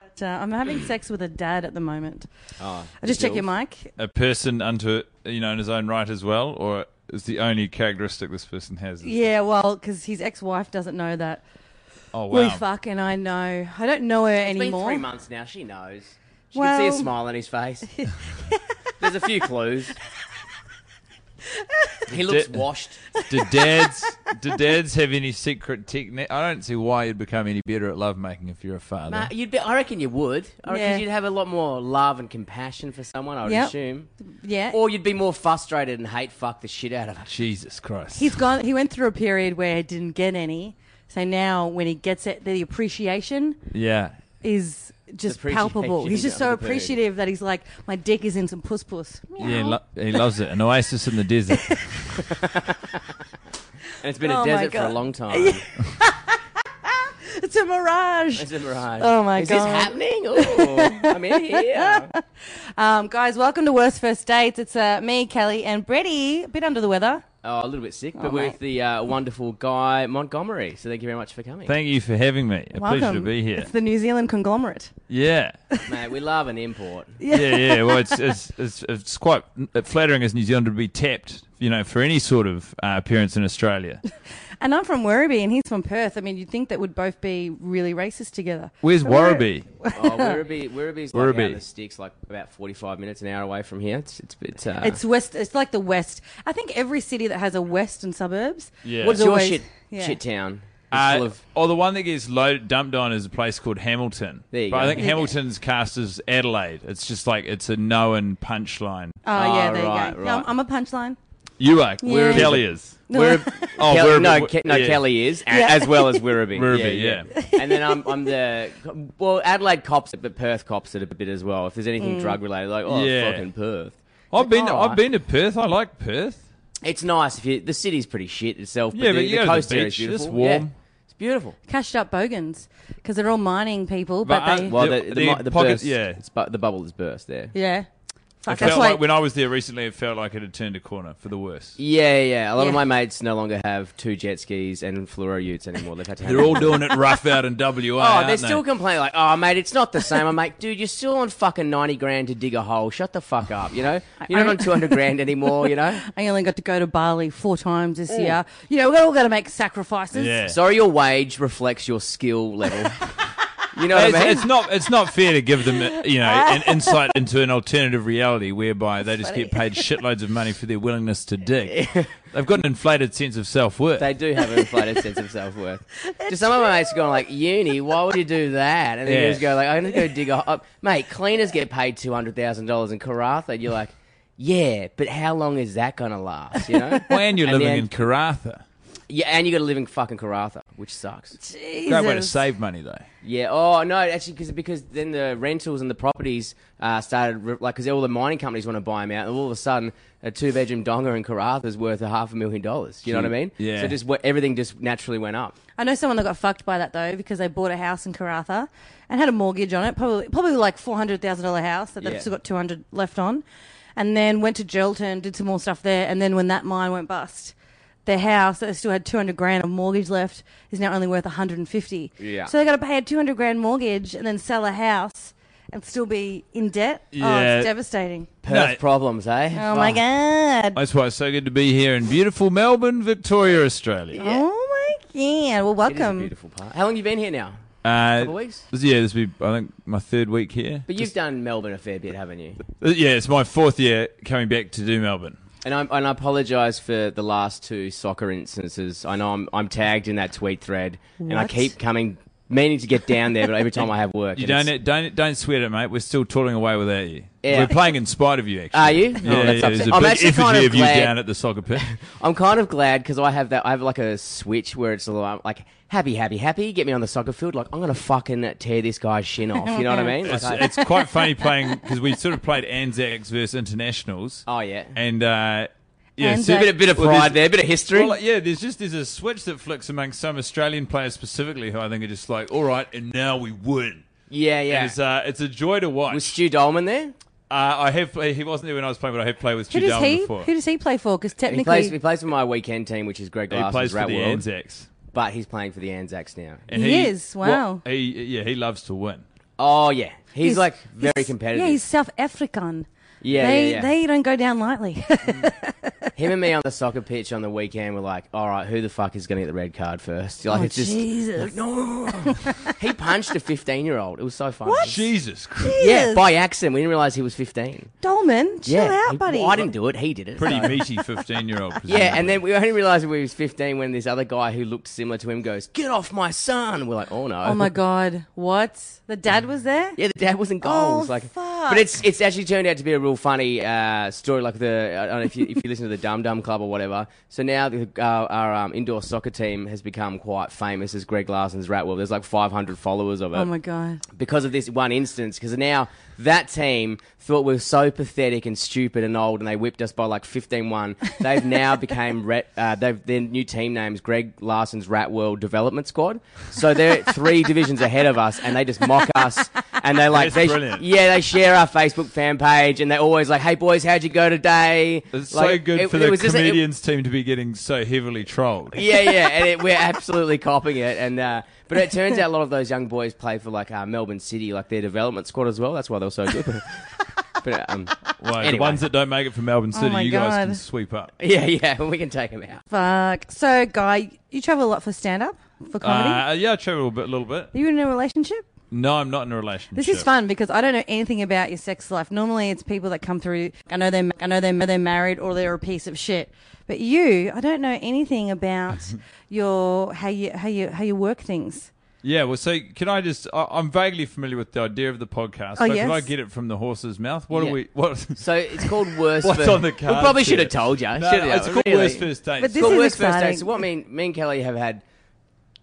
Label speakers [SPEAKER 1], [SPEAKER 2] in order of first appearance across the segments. [SPEAKER 1] But uh, I'm having sex with a dad at the moment.
[SPEAKER 2] Ah,
[SPEAKER 1] I just check your
[SPEAKER 2] Zilf.
[SPEAKER 1] mic.
[SPEAKER 3] A person unto you know in his own right as well, or is the only characteristic this person has? is-
[SPEAKER 1] Yeah, well, because his ex-wife doesn't know that
[SPEAKER 3] Oh
[SPEAKER 1] we
[SPEAKER 3] wow.
[SPEAKER 1] fuck, and I know I don't know her
[SPEAKER 2] It's been
[SPEAKER 1] anymore.
[SPEAKER 2] three months now. She knows. She can
[SPEAKER 1] Well-
[SPEAKER 2] see a smile on his face. There's a few clues. he looks
[SPEAKER 3] Did-
[SPEAKER 2] washed.
[SPEAKER 3] Did dads did dads have any secret technique? I don't see why you'd become any better at lovemaking if you're a father.
[SPEAKER 2] Ma- you'd be, I reckon you would. I reckon
[SPEAKER 1] Yeah.
[SPEAKER 2] you'd have a lot more love and compassion for someone. I would
[SPEAKER 1] Yep.
[SPEAKER 2] assume,
[SPEAKER 1] yeah,
[SPEAKER 2] or you'd be more frustrated and hate fuck the shit out of her.
[SPEAKER 3] Jesus Christ.
[SPEAKER 1] he's gone. He went through a period where he didn't get any. So now, when he gets it, the appreciation
[SPEAKER 3] yeah.
[SPEAKER 1] is just
[SPEAKER 2] Appreciation
[SPEAKER 1] palpable. He's just so
[SPEAKER 2] of the period.
[SPEAKER 1] appreciative that he's like, my dick is in some puss puss.
[SPEAKER 3] Yeah, he, lo- he loves it. An oasis in the desert.
[SPEAKER 2] And it's been
[SPEAKER 1] Oh
[SPEAKER 2] a
[SPEAKER 1] my
[SPEAKER 2] desert for a
[SPEAKER 1] God.
[SPEAKER 2] long time.
[SPEAKER 1] It's a mirage.
[SPEAKER 2] It's a mirage.
[SPEAKER 1] Oh my
[SPEAKER 2] Is
[SPEAKER 1] God.
[SPEAKER 2] this happening? Ooh, I'm in here.
[SPEAKER 1] Um, guys, welcome to Worst First Dates. It's uh, me, Kelly, and Bretty. A bit under the weather.
[SPEAKER 2] Oh, a little bit sick, but
[SPEAKER 1] Oh,
[SPEAKER 2] we're
[SPEAKER 1] mate.
[SPEAKER 2] with the uh, wonderful guy Montgomery. So thank you very much for coming,
[SPEAKER 3] Thank you for having me. A
[SPEAKER 1] Welcome.
[SPEAKER 3] pleasure to be here.
[SPEAKER 1] It's the New Zealand conglomerate.
[SPEAKER 3] Yeah.
[SPEAKER 2] mate. We love an import.
[SPEAKER 3] Yeah, yeah. Well, it's it's it's, it's quite uh, flattering as New Zealand to be tapped, you know, for any sort of uh, appearance in Australia.
[SPEAKER 1] And I'm from Werribee, and he's from Perth. I mean, you'd think that would both be really racist together.
[SPEAKER 3] Where's
[SPEAKER 1] But we're-
[SPEAKER 3] Warraby?
[SPEAKER 2] Oh, Werribee, Werribee's like out in
[SPEAKER 3] Werribee.
[SPEAKER 2] the sticks, like about forty-five minutes, an hour away from here. It's it's, it's, uh,
[SPEAKER 1] It's west. It's like the west. I think every city that has a west and suburbs.
[SPEAKER 3] Yeah.
[SPEAKER 2] what's
[SPEAKER 1] is
[SPEAKER 2] your
[SPEAKER 1] always-
[SPEAKER 2] shit
[SPEAKER 1] yeah.
[SPEAKER 2] shit town? It's
[SPEAKER 3] Uh,
[SPEAKER 2] full of
[SPEAKER 3] or the one that gets load, dumped on is a place called Hamilton.
[SPEAKER 2] There you
[SPEAKER 3] but
[SPEAKER 2] go.
[SPEAKER 3] I think Hamilton's cast as Adelaide. It's just like it's a known punchline.
[SPEAKER 1] Oh, yeah,
[SPEAKER 3] Ah,
[SPEAKER 2] Oh, right,
[SPEAKER 1] there you go. Yeah, I'm-
[SPEAKER 2] right.
[SPEAKER 1] I'm a punchline.
[SPEAKER 3] You are.
[SPEAKER 1] Where is
[SPEAKER 3] Kelly is. Oh,
[SPEAKER 2] Kelly,
[SPEAKER 3] Werribee-
[SPEAKER 2] no, Ke- no,
[SPEAKER 3] yeah.
[SPEAKER 2] Kelly is a- as well as Werribee.
[SPEAKER 3] Werribee,
[SPEAKER 2] and then I'm, I'm the well, Adelaide cops it, but Perth cops it a bit as well. If there's
[SPEAKER 1] Mm.
[SPEAKER 2] anything drug related, like oh
[SPEAKER 3] Yeah.
[SPEAKER 2] fucking Perth,
[SPEAKER 3] I've been.
[SPEAKER 2] All
[SPEAKER 3] I've
[SPEAKER 2] right.
[SPEAKER 3] been to Perth. I like Perth.
[SPEAKER 2] it's nice. If you, the city's pretty shit itself, but
[SPEAKER 3] Yeah,
[SPEAKER 2] the,
[SPEAKER 3] but you
[SPEAKER 2] the
[SPEAKER 3] go to the
[SPEAKER 2] coast area is
[SPEAKER 3] beach,
[SPEAKER 2] beautiful.
[SPEAKER 3] it's warm.
[SPEAKER 2] Yeah. it's beautiful.
[SPEAKER 1] Cashed up bogans because they're all mining people, but,
[SPEAKER 3] But,
[SPEAKER 1] they.
[SPEAKER 3] uh,
[SPEAKER 2] Well,
[SPEAKER 3] The-
[SPEAKER 2] the, the,
[SPEAKER 3] the
[SPEAKER 2] mu- the
[SPEAKER 3] pocket-
[SPEAKER 2] burst,
[SPEAKER 3] yeah.
[SPEAKER 2] it's bu- the bubble has burst there.
[SPEAKER 1] yeah. Fuck,
[SPEAKER 3] It
[SPEAKER 1] that's
[SPEAKER 3] felt
[SPEAKER 1] why.
[SPEAKER 3] like when I was there recently, it felt like it had turned a corner for the worse.
[SPEAKER 2] Yeah, yeah. A lot
[SPEAKER 1] Yeah.
[SPEAKER 2] of my mates no longer have two jet skis and fluoro utes anymore. They've had to. have
[SPEAKER 3] They're all doing it rough out in WA.
[SPEAKER 2] Oh,
[SPEAKER 3] aren't
[SPEAKER 2] they're still
[SPEAKER 3] they?
[SPEAKER 2] complaining like, "Oh, mate, it's not the same." I'm like, "Dude, you're still on fucking ninety grand to dig a hole. Shut the fuck up, you know. You're not on two hundred grand anymore, you know.
[SPEAKER 1] I only got to go to Bali four times this year. You know, we're all going to make sacrifices.
[SPEAKER 3] Yeah.
[SPEAKER 2] Sorry, your wage reflects your skill level. You know what I
[SPEAKER 3] It's,
[SPEAKER 2] mean?
[SPEAKER 3] it's not. It's not fair to give them, uh, you know, an insight into an alternative reality whereby they just get paid shitloads of money for their willingness to dig. They've got an inflated sense of self worth.
[SPEAKER 2] they do have an inflated sense of self worth. Just some of my mates are going like, "Uni, why would you do that?" And then
[SPEAKER 3] Yeah.
[SPEAKER 2] you just go like, "I'm gonna go dig a hole." Mate, cleaners get paid two hundred thousand dollars in Karatha. And you're like, "Yeah, but how long is that gonna last?" You know.
[SPEAKER 3] And you're
[SPEAKER 2] And
[SPEAKER 3] living
[SPEAKER 2] then-
[SPEAKER 3] in Karatha.
[SPEAKER 2] Yeah, and you got to live in fucking Karatha, which sucks.
[SPEAKER 1] Jesus.
[SPEAKER 3] Great way to save money, though.
[SPEAKER 2] Yeah. Oh no, actually, because because then the rentals and the properties uh, started re- like because all the mining companies want to buy them out, and all of a sudden a two bedroom donga in Karatha is worth a half a million dollars. You know what I mean?
[SPEAKER 3] Yeah.
[SPEAKER 2] So just wh- everything just naturally went up.
[SPEAKER 1] I know someone that got fucked by that though because they bought a house in Karatha and had a mortgage on it, probably probably like four hundred thousand dollar house that they've
[SPEAKER 2] Yeah.
[SPEAKER 1] still got two hundred left on, and then went to Geraldton, did some more stuff there, and then when that mine went bust, their house that they still had two hundred grand of mortgage left is now only worth one hundred and fifty.
[SPEAKER 2] Yeah.
[SPEAKER 1] So they got to pay a two hundred grand mortgage and then sell a house and still be in debt. Oh,
[SPEAKER 3] Yeah.
[SPEAKER 1] it's devastating.
[SPEAKER 2] Perth
[SPEAKER 3] No.
[SPEAKER 2] problems, eh?
[SPEAKER 1] Oh my god.
[SPEAKER 3] That's why it's so good to be here in beautiful Melbourne, Victoria, Australia.
[SPEAKER 1] Oh my god. Well,
[SPEAKER 2] It is a
[SPEAKER 1] welcome.
[SPEAKER 2] beautiful part. How long you been here now?
[SPEAKER 3] Uh,
[SPEAKER 2] Couple weeks.
[SPEAKER 3] this- Yeah, this will be I think my third week here.
[SPEAKER 2] But you've done Melbourne a fair bit, haven't you?
[SPEAKER 3] Uh, Yeah, it's my fourth year coming back to do Melbourne.
[SPEAKER 2] And, I'm, and I apologise for the last two soccer instances. I know I'm, I'm tagged in that tweet thread, and I
[SPEAKER 1] What?
[SPEAKER 2] keep coming, meaning to get down there, but every time I have work,
[SPEAKER 3] You
[SPEAKER 2] and it's-
[SPEAKER 3] don't e, don't don't sweat it, mate. We're still toiling away without you.
[SPEAKER 2] Yeah.
[SPEAKER 3] We're playing in spite of you. Actually,
[SPEAKER 2] Are you?
[SPEAKER 3] Yeah,
[SPEAKER 2] Oh, that's
[SPEAKER 3] yeah, there's
[SPEAKER 2] upsetting.
[SPEAKER 3] a
[SPEAKER 2] I'm
[SPEAKER 3] big
[SPEAKER 2] actually
[SPEAKER 3] effigy
[SPEAKER 2] kind of
[SPEAKER 3] of you
[SPEAKER 2] glad-
[SPEAKER 3] down at the soccer pitch.
[SPEAKER 2] I'm kind of glad because I have that. I have like a switch where it's like, like happy, happy, happy. Get me on the soccer field. Like I'm gonna fucking tear this guy's shin off. You know what I mean? Like,
[SPEAKER 3] It's, uh,
[SPEAKER 2] I,
[SPEAKER 3] it's quite funny playing because we sort of played Anzacs versus internationals.
[SPEAKER 2] oh yeah.
[SPEAKER 3] and uh, yeah,
[SPEAKER 1] Anzac.
[SPEAKER 3] so-
[SPEAKER 2] a bit, a bit of
[SPEAKER 3] Well,
[SPEAKER 2] pride
[SPEAKER 3] there's-
[SPEAKER 2] there, a bit of history.
[SPEAKER 3] Well, like, yeah, there's just there's a switch that flicks amongst some Australian players specifically who I think are just like, all right, and now we win.
[SPEAKER 2] yeah,
[SPEAKER 3] And
[SPEAKER 2] yeah.
[SPEAKER 3] it's uh, it's a joy to watch.
[SPEAKER 2] Was Stu Dolman there?
[SPEAKER 3] uh, I have he wasn't there when I was playing, but I have played with
[SPEAKER 1] Who
[SPEAKER 3] Stu
[SPEAKER 1] does
[SPEAKER 3] Darwin
[SPEAKER 1] he?
[SPEAKER 3] before.
[SPEAKER 1] Who does he play for? Because
[SPEAKER 2] He plays.
[SPEAKER 1] technically,
[SPEAKER 2] He plays for my weekend team, which is Greg
[SPEAKER 3] he
[SPEAKER 2] Glass's
[SPEAKER 3] plays for
[SPEAKER 2] Rat
[SPEAKER 3] the
[SPEAKER 2] World,
[SPEAKER 3] Anzacs,
[SPEAKER 2] but he's playing for the Anzacs now.
[SPEAKER 3] and
[SPEAKER 1] He is, wow.
[SPEAKER 3] well, he yeah, he loves to win.
[SPEAKER 2] Oh yeah, he's, like very competitive.
[SPEAKER 1] Yeah, he's South African.
[SPEAKER 2] yeah,
[SPEAKER 1] they
[SPEAKER 2] yeah, yeah.
[SPEAKER 1] they don't go down lightly.
[SPEAKER 2] Him and me on the soccer pitch on the weekend were like, all right, who the fuck is going to get the red card first? Like
[SPEAKER 1] Oh,
[SPEAKER 2] it's just
[SPEAKER 1] Jesus.
[SPEAKER 2] like, no. he punched a 15 year old. It was so funny.
[SPEAKER 3] Jesus Christ.
[SPEAKER 2] Yeah,
[SPEAKER 1] Jesus.
[SPEAKER 2] by accident. We didn't realize he was 15.
[SPEAKER 1] Dolman, chill
[SPEAKER 2] yeah,
[SPEAKER 1] out,
[SPEAKER 2] He-
[SPEAKER 1] buddy.
[SPEAKER 2] well, I didn't do it. He did it.
[SPEAKER 3] Pretty
[SPEAKER 2] so.
[SPEAKER 3] meaty 15 year old.
[SPEAKER 2] Yeah, and then we only realized when he was 15 when this other guy who looked similar to him goes, "Get off my son!" We're like, "Oh no!"
[SPEAKER 1] Oh my god, what? The dad was there?
[SPEAKER 2] Yeah, the dad wasn't goals.
[SPEAKER 1] Oh,
[SPEAKER 2] like,
[SPEAKER 1] fuck.
[SPEAKER 2] but it's it's actually turned out to be a real funny uh, story. Like the I don't know if you if you listen to the Dum Dum Club or whatever. So now the, uh, our um, indoor soccer team has become quite famous as Greg Larson's Rat World. There's like 500 followers of it
[SPEAKER 1] Oh my god.
[SPEAKER 2] because of this one instance. Because now that team thought we were so pathetic and stupid and old, and they whipped us by like 15-1. They've now became re- uh, they've their new team names Greg Larson's Rat World Development Squad. So they're three divisions ahead of us, and they just mock us. And they like
[SPEAKER 3] That's
[SPEAKER 2] they
[SPEAKER 3] brilliant.
[SPEAKER 2] yeah they share our Facebook fan page, and they're always like, "Hey boys, how'd you go today?"
[SPEAKER 3] It's so
[SPEAKER 2] Like,
[SPEAKER 3] good
[SPEAKER 2] it-
[SPEAKER 3] for
[SPEAKER 2] it
[SPEAKER 3] the
[SPEAKER 2] was just- it-
[SPEAKER 3] comedians team to be getting so heavily trolled.
[SPEAKER 2] yeah, yeah, and it, we're absolutely copping it. And uh, but it turns out a lot of those young boys play for like uh, Melbourne City, like their development squad as well. That's why they're so good. but um,
[SPEAKER 3] Well, The
[SPEAKER 2] Anyway. Oh
[SPEAKER 3] ones that don't make it from Melbourne City,
[SPEAKER 1] my
[SPEAKER 3] you guys
[SPEAKER 1] God.
[SPEAKER 3] can sweep up.
[SPEAKER 2] yeah, yeah, we can take them out.
[SPEAKER 1] Fuck. So guy, you travel a lot for stand up, for comedy?
[SPEAKER 3] Uh, yeah, I travel a bit, little bit.
[SPEAKER 1] Are you in a relationship?
[SPEAKER 3] No, I'm not in a relationship.
[SPEAKER 1] This is fun because I don't know anything about your sex life. Normally, it's people that come through. I know they're I know they're, they're married or they're a piece of shit. But you, I don't know anything about your how you how you how you work things.
[SPEAKER 3] Yeah, well, so can I just? I, I'm vaguely familiar with the idea of the podcast,
[SPEAKER 1] Oh,
[SPEAKER 3] but
[SPEAKER 1] yes.
[SPEAKER 3] can I get it from the horse's mouth? What
[SPEAKER 2] Yeah.
[SPEAKER 3] are we? What?
[SPEAKER 2] So it's called worse.
[SPEAKER 3] What's
[SPEAKER 2] first.
[SPEAKER 3] on the card?
[SPEAKER 2] We probably should have told you.
[SPEAKER 3] No,
[SPEAKER 2] should
[SPEAKER 3] no,
[SPEAKER 2] have,
[SPEAKER 3] it's called
[SPEAKER 2] really.
[SPEAKER 3] worst first date.
[SPEAKER 1] But
[SPEAKER 2] It's
[SPEAKER 1] This
[SPEAKER 2] called
[SPEAKER 1] is
[SPEAKER 2] worst first
[SPEAKER 1] exciting.
[SPEAKER 2] date. So what I mean, me and Kelly have had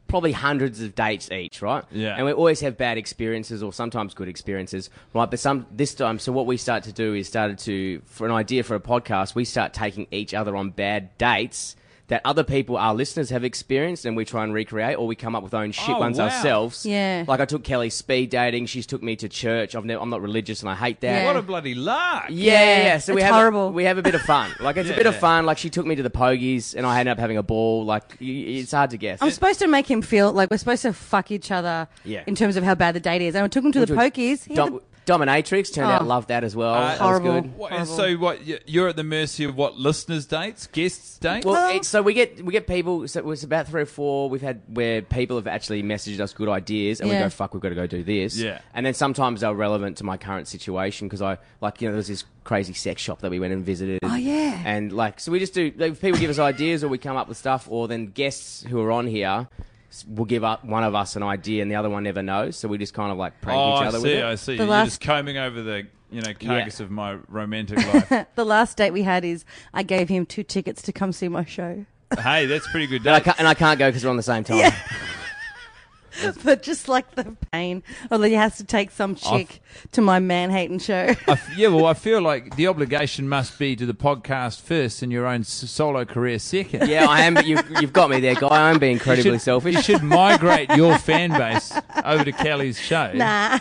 [SPEAKER 2] probably hundreds of dates each, right?
[SPEAKER 3] Yeah.
[SPEAKER 2] And we always have bad experiences or sometimes good experiences, right? But some this time, so what we start to do is started to for an idea for a podcast, we start taking each other on bad dates. That other people, our listeners, have experienced, and we try and recreate, or we come up with own shit
[SPEAKER 3] Oh,
[SPEAKER 2] ones
[SPEAKER 3] wow.
[SPEAKER 2] ourselves.
[SPEAKER 1] Yeah.
[SPEAKER 2] Like I took Kelly speed dating; she's took me to church. I've never, I'm not religious, and I hate that.
[SPEAKER 1] Yeah.
[SPEAKER 3] what a bloody lark!
[SPEAKER 2] Yeah, yeah, yeah. So we
[SPEAKER 1] It's
[SPEAKER 2] have
[SPEAKER 1] horrible.
[SPEAKER 2] we have a bit of fun. Like it's a
[SPEAKER 3] Yeah,
[SPEAKER 2] bit of
[SPEAKER 3] yeah.
[SPEAKER 2] fun. Like she took me to the pogies, and I ended up having a ball. Like y- y- it's hard to guess.
[SPEAKER 1] I'm supposed to make him feel like we're supposed to fuck each other
[SPEAKER 2] Yeah.
[SPEAKER 1] in terms of how bad the date is. And I took him to the
[SPEAKER 2] Which was
[SPEAKER 1] pokies. He had
[SPEAKER 2] Dom- Dominatrix turned out
[SPEAKER 1] Oh.
[SPEAKER 2] loved that as well.
[SPEAKER 3] Uh,
[SPEAKER 2] that
[SPEAKER 1] Horrible.
[SPEAKER 2] was good.
[SPEAKER 3] What,
[SPEAKER 1] Horrible.
[SPEAKER 3] so what? y- You're at the mercy of what? Listeners' dates, guests' dates.
[SPEAKER 2] Well, it's, so we get we get people. So it was about three or four we've had where people have actually messaged us good ideas, and we
[SPEAKER 1] Yeah.
[SPEAKER 2] go fuck, we've got to go do this.
[SPEAKER 3] Yeah.
[SPEAKER 2] And then sometimes they're relevant to my current situation because I like you know there was this crazy sex shop that we went and visited.
[SPEAKER 1] Oh, yeah.
[SPEAKER 2] And like so we just do like, people give us ideas or we come up with stuff or then guests who are on here s- will give up one of us an idea and the other one never knows. So we just kind of like prank
[SPEAKER 3] oh,
[SPEAKER 2] each other
[SPEAKER 3] I
[SPEAKER 2] with
[SPEAKER 3] see.
[SPEAKER 2] it.
[SPEAKER 3] I see.
[SPEAKER 1] The
[SPEAKER 3] You're
[SPEAKER 1] last-
[SPEAKER 3] just combing over the you know carcass
[SPEAKER 2] Yeah.
[SPEAKER 3] of my romantic life.
[SPEAKER 1] the last date we had is I gave him two tickets to come see my show.
[SPEAKER 3] hey, that's pretty good.
[SPEAKER 2] And I
[SPEAKER 3] Date.
[SPEAKER 2] can't, and I can't go because we're on the same time.
[SPEAKER 1] Yeah. but just like the pain, or that he has to take some chick to my man hating show.
[SPEAKER 3] I f- yeah, well, I feel like the obligation must be to the podcast first and your own s- solo career second.
[SPEAKER 2] Yeah, I am. But you've, you've got me there, guy. I'm being incredibly selfish.
[SPEAKER 3] You should migrate your fan base over to Kelly's show
[SPEAKER 1] nah.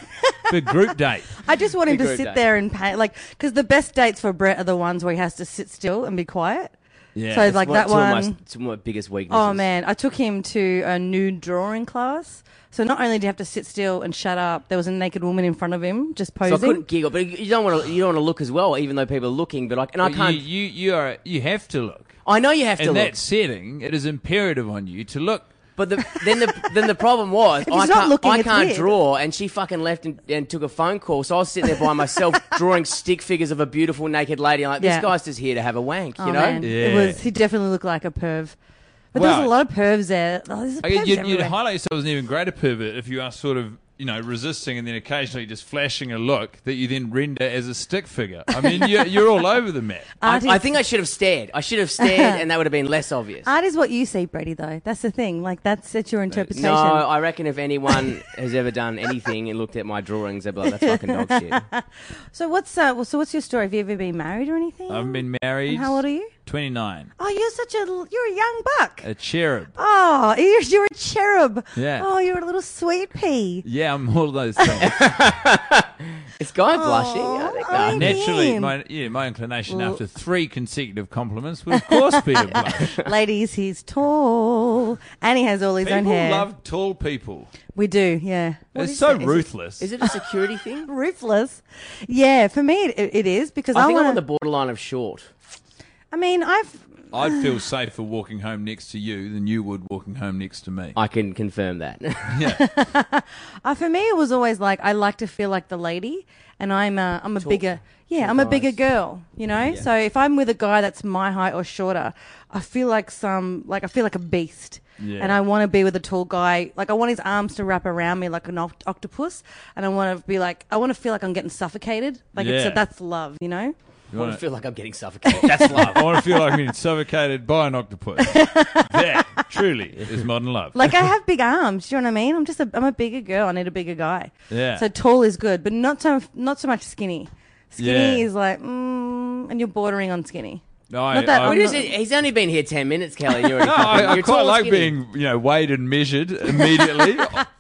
[SPEAKER 3] for group date.
[SPEAKER 1] I just want him
[SPEAKER 2] Big
[SPEAKER 1] to
[SPEAKER 2] road
[SPEAKER 1] sit
[SPEAKER 2] date.
[SPEAKER 1] there and paint, like, because the best dates for Brett are the ones where he has to sit still and be quiet.
[SPEAKER 3] Yeah.
[SPEAKER 1] So, like,
[SPEAKER 2] One-
[SPEAKER 1] that
[SPEAKER 2] two of my-
[SPEAKER 1] one.
[SPEAKER 2] two of my biggest weaknesses.
[SPEAKER 1] Oh, man. I took him to a nude drawing class. So, not only do you have to sit still and shut up, there was a naked woman in front of him just
[SPEAKER 2] So I couldn't
[SPEAKER 1] posing.
[SPEAKER 2] giggle, but you don't want to. You don't want to look as well, even though people are looking. But like, and I
[SPEAKER 3] But
[SPEAKER 2] can't.
[SPEAKER 3] You, you, you, are, you have to look.
[SPEAKER 2] I know you have to
[SPEAKER 3] In
[SPEAKER 2] look,
[SPEAKER 3] that setting, it is imperative on you to look.
[SPEAKER 2] but the, then the then the problem was
[SPEAKER 1] he's
[SPEAKER 2] I
[SPEAKER 1] not
[SPEAKER 2] can't
[SPEAKER 1] looking,
[SPEAKER 2] I
[SPEAKER 1] it's
[SPEAKER 2] can't
[SPEAKER 1] weird.
[SPEAKER 2] draw, and she fucking left and, and took a phone call. So I was sitting there by myself drawing stick figures of a beautiful naked lady. I'm like, this
[SPEAKER 1] Yeah.
[SPEAKER 2] guy's just here to have a wank, you
[SPEAKER 1] Oh,
[SPEAKER 2] know.
[SPEAKER 1] man. It
[SPEAKER 3] Yeah.
[SPEAKER 1] was, he definitely looked like a perv. But there was
[SPEAKER 3] Wow.
[SPEAKER 1] a lot of pervs there. Oh, there's
[SPEAKER 3] I
[SPEAKER 1] pervs
[SPEAKER 3] mean, you'd, you'd
[SPEAKER 1] everywhere.
[SPEAKER 3] highlight yourself as an even greater pervert if you are sort of, you know, resisting and then occasionally just flashing a look that you then render as a stick figure. I mean, you're, you're all over the map.
[SPEAKER 2] I,
[SPEAKER 1] Artists-
[SPEAKER 2] I think I should have stared. I should have stared, and that would have been less obvious.
[SPEAKER 1] Art is what you see, Brady, though. That's the thing. Like, that's, that's your interpretation.
[SPEAKER 2] No, I reckon if anyone has ever done anything and looked at my drawings, they'd be like, "That's fucking dog shit."
[SPEAKER 1] So what's uh, well, so what's your story? Have you ever been married or anything?
[SPEAKER 3] I've been married.
[SPEAKER 1] And how old are you?
[SPEAKER 3] 29.
[SPEAKER 1] Oh, you're such a l- you're a young buck.
[SPEAKER 3] A cherub.
[SPEAKER 1] Oh, you're, you're a cherub.
[SPEAKER 3] Uh, Yeah.
[SPEAKER 1] Oh, you're a little sweet pea.
[SPEAKER 3] Yeah, I'm all those things.
[SPEAKER 2] Is Guy blushing? I think
[SPEAKER 1] I
[SPEAKER 2] no.
[SPEAKER 1] mean-
[SPEAKER 3] Naturally,
[SPEAKER 1] mean?
[SPEAKER 3] my, yeah, my inclination
[SPEAKER 1] Well-
[SPEAKER 3] after three consecutive compliments would, of course, be a blush.
[SPEAKER 1] Ladies, he's tall and he has all his own
[SPEAKER 3] People
[SPEAKER 1] hair.
[SPEAKER 3] love tall people.
[SPEAKER 1] we do, yeah.
[SPEAKER 3] They're
[SPEAKER 2] is
[SPEAKER 3] so
[SPEAKER 2] that? Is it-
[SPEAKER 3] ruthless.
[SPEAKER 2] Is it a security thing?
[SPEAKER 1] Roofless. Yeah, for me it, it is because I,
[SPEAKER 2] I think I'm on
[SPEAKER 1] want
[SPEAKER 2] the borderline of short.
[SPEAKER 1] I mean, I've
[SPEAKER 3] I'd feel safer walking home next to you than you would walking home next to me.
[SPEAKER 2] I can confirm that.
[SPEAKER 3] yeah.
[SPEAKER 1] Uh, for me, it was always like I like to feel like the lady, and I'm a, I'm a bigger yeah I'm a bigger girl, you know. So if I'm with a guy that's my height or shorter, I feel like some like I feel like a beast,
[SPEAKER 3] Yeah.
[SPEAKER 1] and I want to be with a tall guy. Like I want his arms to wrap around me like an oct- octopus, and I want to be like I want to feel like I'm getting suffocated. Like
[SPEAKER 3] Yeah.
[SPEAKER 1] it's, that's love, you know.
[SPEAKER 3] You
[SPEAKER 2] I
[SPEAKER 3] wanna-
[SPEAKER 2] feel like I'm getting suffocated. That's love.
[SPEAKER 3] I want to feel like I'm getting suffocated by an octopus. that truly is modern love.
[SPEAKER 1] Like I have big arms, do you know what I mean? I'm just a I'm a bigger girl. I need a bigger guy.
[SPEAKER 3] Yeah.
[SPEAKER 1] So tall is good, but not so not so much skinny. Skinny
[SPEAKER 3] Yeah.
[SPEAKER 1] is like, mm, and you're bordering on skinny.
[SPEAKER 3] no, I,
[SPEAKER 1] not that-
[SPEAKER 3] I-
[SPEAKER 1] I'm
[SPEAKER 2] What is
[SPEAKER 1] not-
[SPEAKER 2] it? He's only been here ten minutes, Kelly. and You're already
[SPEAKER 3] no, I,
[SPEAKER 2] fucking-
[SPEAKER 3] I
[SPEAKER 2] you're tall
[SPEAKER 3] quite
[SPEAKER 2] and
[SPEAKER 3] like
[SPEAKER 2] skinny.
[SPEAKER 3] being you know weighed and measured immediately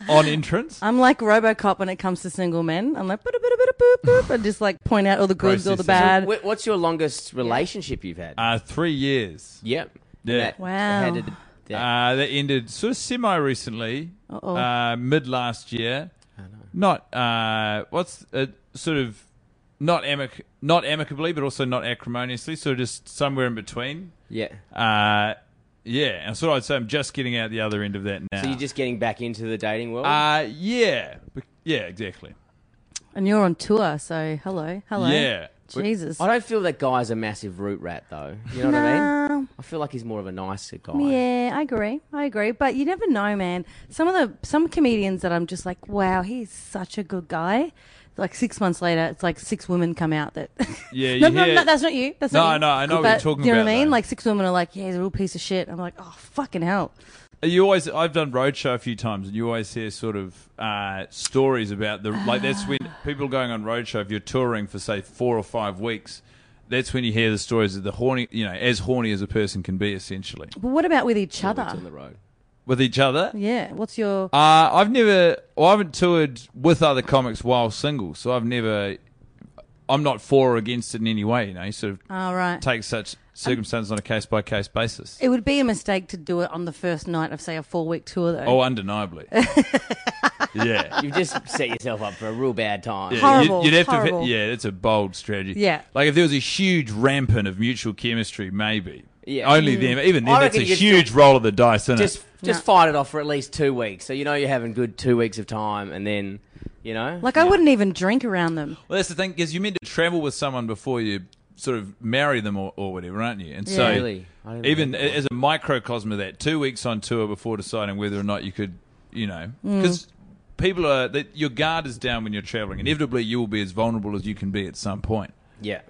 [SPEAKER 3] on entrance.
[SPEAKER 1] I'm like RoboCop when it comes to single men. I'm like, boop, boop, boop, boop, boop, and just like point out all the goods, all the
[SPEAKER 3] Processes.
[SPEAKER 1] bad.
[SPEAKER 2] Wh- What's your longest relationship you've had?
[SPEAKER 3] Uh, three years.
[SPEAKER 2] yep.
[SPEAKER 3] yeah.
[SPEAKER 2] That-
[SPEAKER 1] Wow.
[SPEAKER 2] how did that-
[SPEAKER 3] Uh, that ended sort of semi recently,
[SPEAKER 1] Uh-oh.
[SPEAKER 3] uh, mid last year. Not uh, what's uh, sort of not amic- not amicably, but also not acrimoniously. So just somewhere in between.
[SPEAKER 2] yeah.
[SPEAKER 3] Uh, yeah, and so I'd say I'm just getting out the other end of that now.
[SPEAKER 2] So you're just getting back into the dating world.
[SPEAKER 3] Uh, yeah, Be- yeah, exactly.
[SPEAKER 1] And you're on tour, so hello, hello.
[SPEAKER 3] Yeah.
[SPEAKER 1] Jesus.
[SPEAKER 2] I don't feel that guy's a massive root rat, though. You know what I mean?
[SPEAKER 1] Nah.
[SPEAKER 2] I feel like he's more of a nicer guy.
[SPEAKER 1] Um, Yeah, I agree. I agree. But you never know, man. Some of the some comedians that I'm just like, wow, he's such a good guy. Like six months later, it's like six women come out that.
[SPEAKER 3] Yeah,
[SPEAKER 1] no,
[SPEAKER 3] you
[SPEAKER 1] no,
[SPEAKER 3] hear-
[SPEAKER 1] no, that's not you. That's
[SPEAKER 3] No,
[SPEAKER 1] not you.
[SPEAKER 3] no, I know what
[SPEAKER 1] But
[SPEAKER 3] you're talking
[SPEAKER 1] You know
[SPEAKER 3] about,
[SPEAKER 1] what I mean?
[SPEAKER 3] though.
[SPEAKER 1] Like six women are like, yeah, he's a real piece of shit. I'm like, oh fucking hell.
[SPEAKER 3] You always, I've done roadshow a few times, and you always hear sort of uh, stories about the like. That's when people going on roadshow. If you're touring for say four or five weeks, that's when you hear the stories of the horny, you know, as horny as a person can be, essentially,
[SPEAKER 1] But what about with each
[SPEAKER 2] It's
[SPEAKER 1] other?
[SPEAKER 2] on the road.
[SPEAKER 3] with each other.
[SPEAKER 1] Yeah. What's your?
[SPEAKER 3] Uh, I've never, well, I haven't toured with other comics while single, so I've never. I'm not for or against it in any way. You know, you sort of
[SPEAKER 1] All right.
[SPEAKER 3] take such circumstances on a case by case basis.
[SPEAKER 1] It would be a mistake to do it on the first night of, say, a four week tour, though.
[SPEAKER 3] Oh, undeniably. yeah.
[SPEAKER 2] You've just set yourself up for a real bad time.
[SPEAKER 3] Yeah,
[SPEAKER 1] Horrible,
[SPEAKER 3] You'd, you'd have
[SPEAKER 1] horrible.
[SPEAKER 3] to. Yeah, that's a bold strategy.
[SPEAKER 1] Yeah.
[SPEAKER 3] Like if there was a huge rampant of mutual chemistry, maybe.
[SPEAKER 2] Yeah. Mm.
[SPEAKER 3] Only them. Even
[SPEAKER 2] I
[SPEAKER 3] then, that's a
[SPEAKER 2] reckon you could
[SPEAKER 3] huge
[SPEAKER 2] still-
[SPEAKER 3] roll of the dice, isn't
[SPEAKER 2] Just
[SPEAKER 3] it?
[SPEAKER 2] just fight it off for at least two weeks, so you know you're having good two weeks of time, and then you know.
[SPEAKER 1] Like, I wouldn't even drink around them.
[SPEAKER 3] Well, that's the thing, because you're meant to travel with someone before you sort of marry them or, or whatever, aren't you? And so,
[SPEAKER 1] Yeah.
[SPEAKER 2] Really? I didn't
[SPEAKER 3] even
[SPEAKER 2] know
[SPEAKER 3] a- as a microcosm of that, two weeks on tour before deciding whether or not you could, you know,
[SPEAKER 2] Mm.
[SPEAKER 3] because people are that your guard is down when you're traveling. Inevitably, you will be as vulnerable as you can be at some point.
[SPEAKER 2] yeah.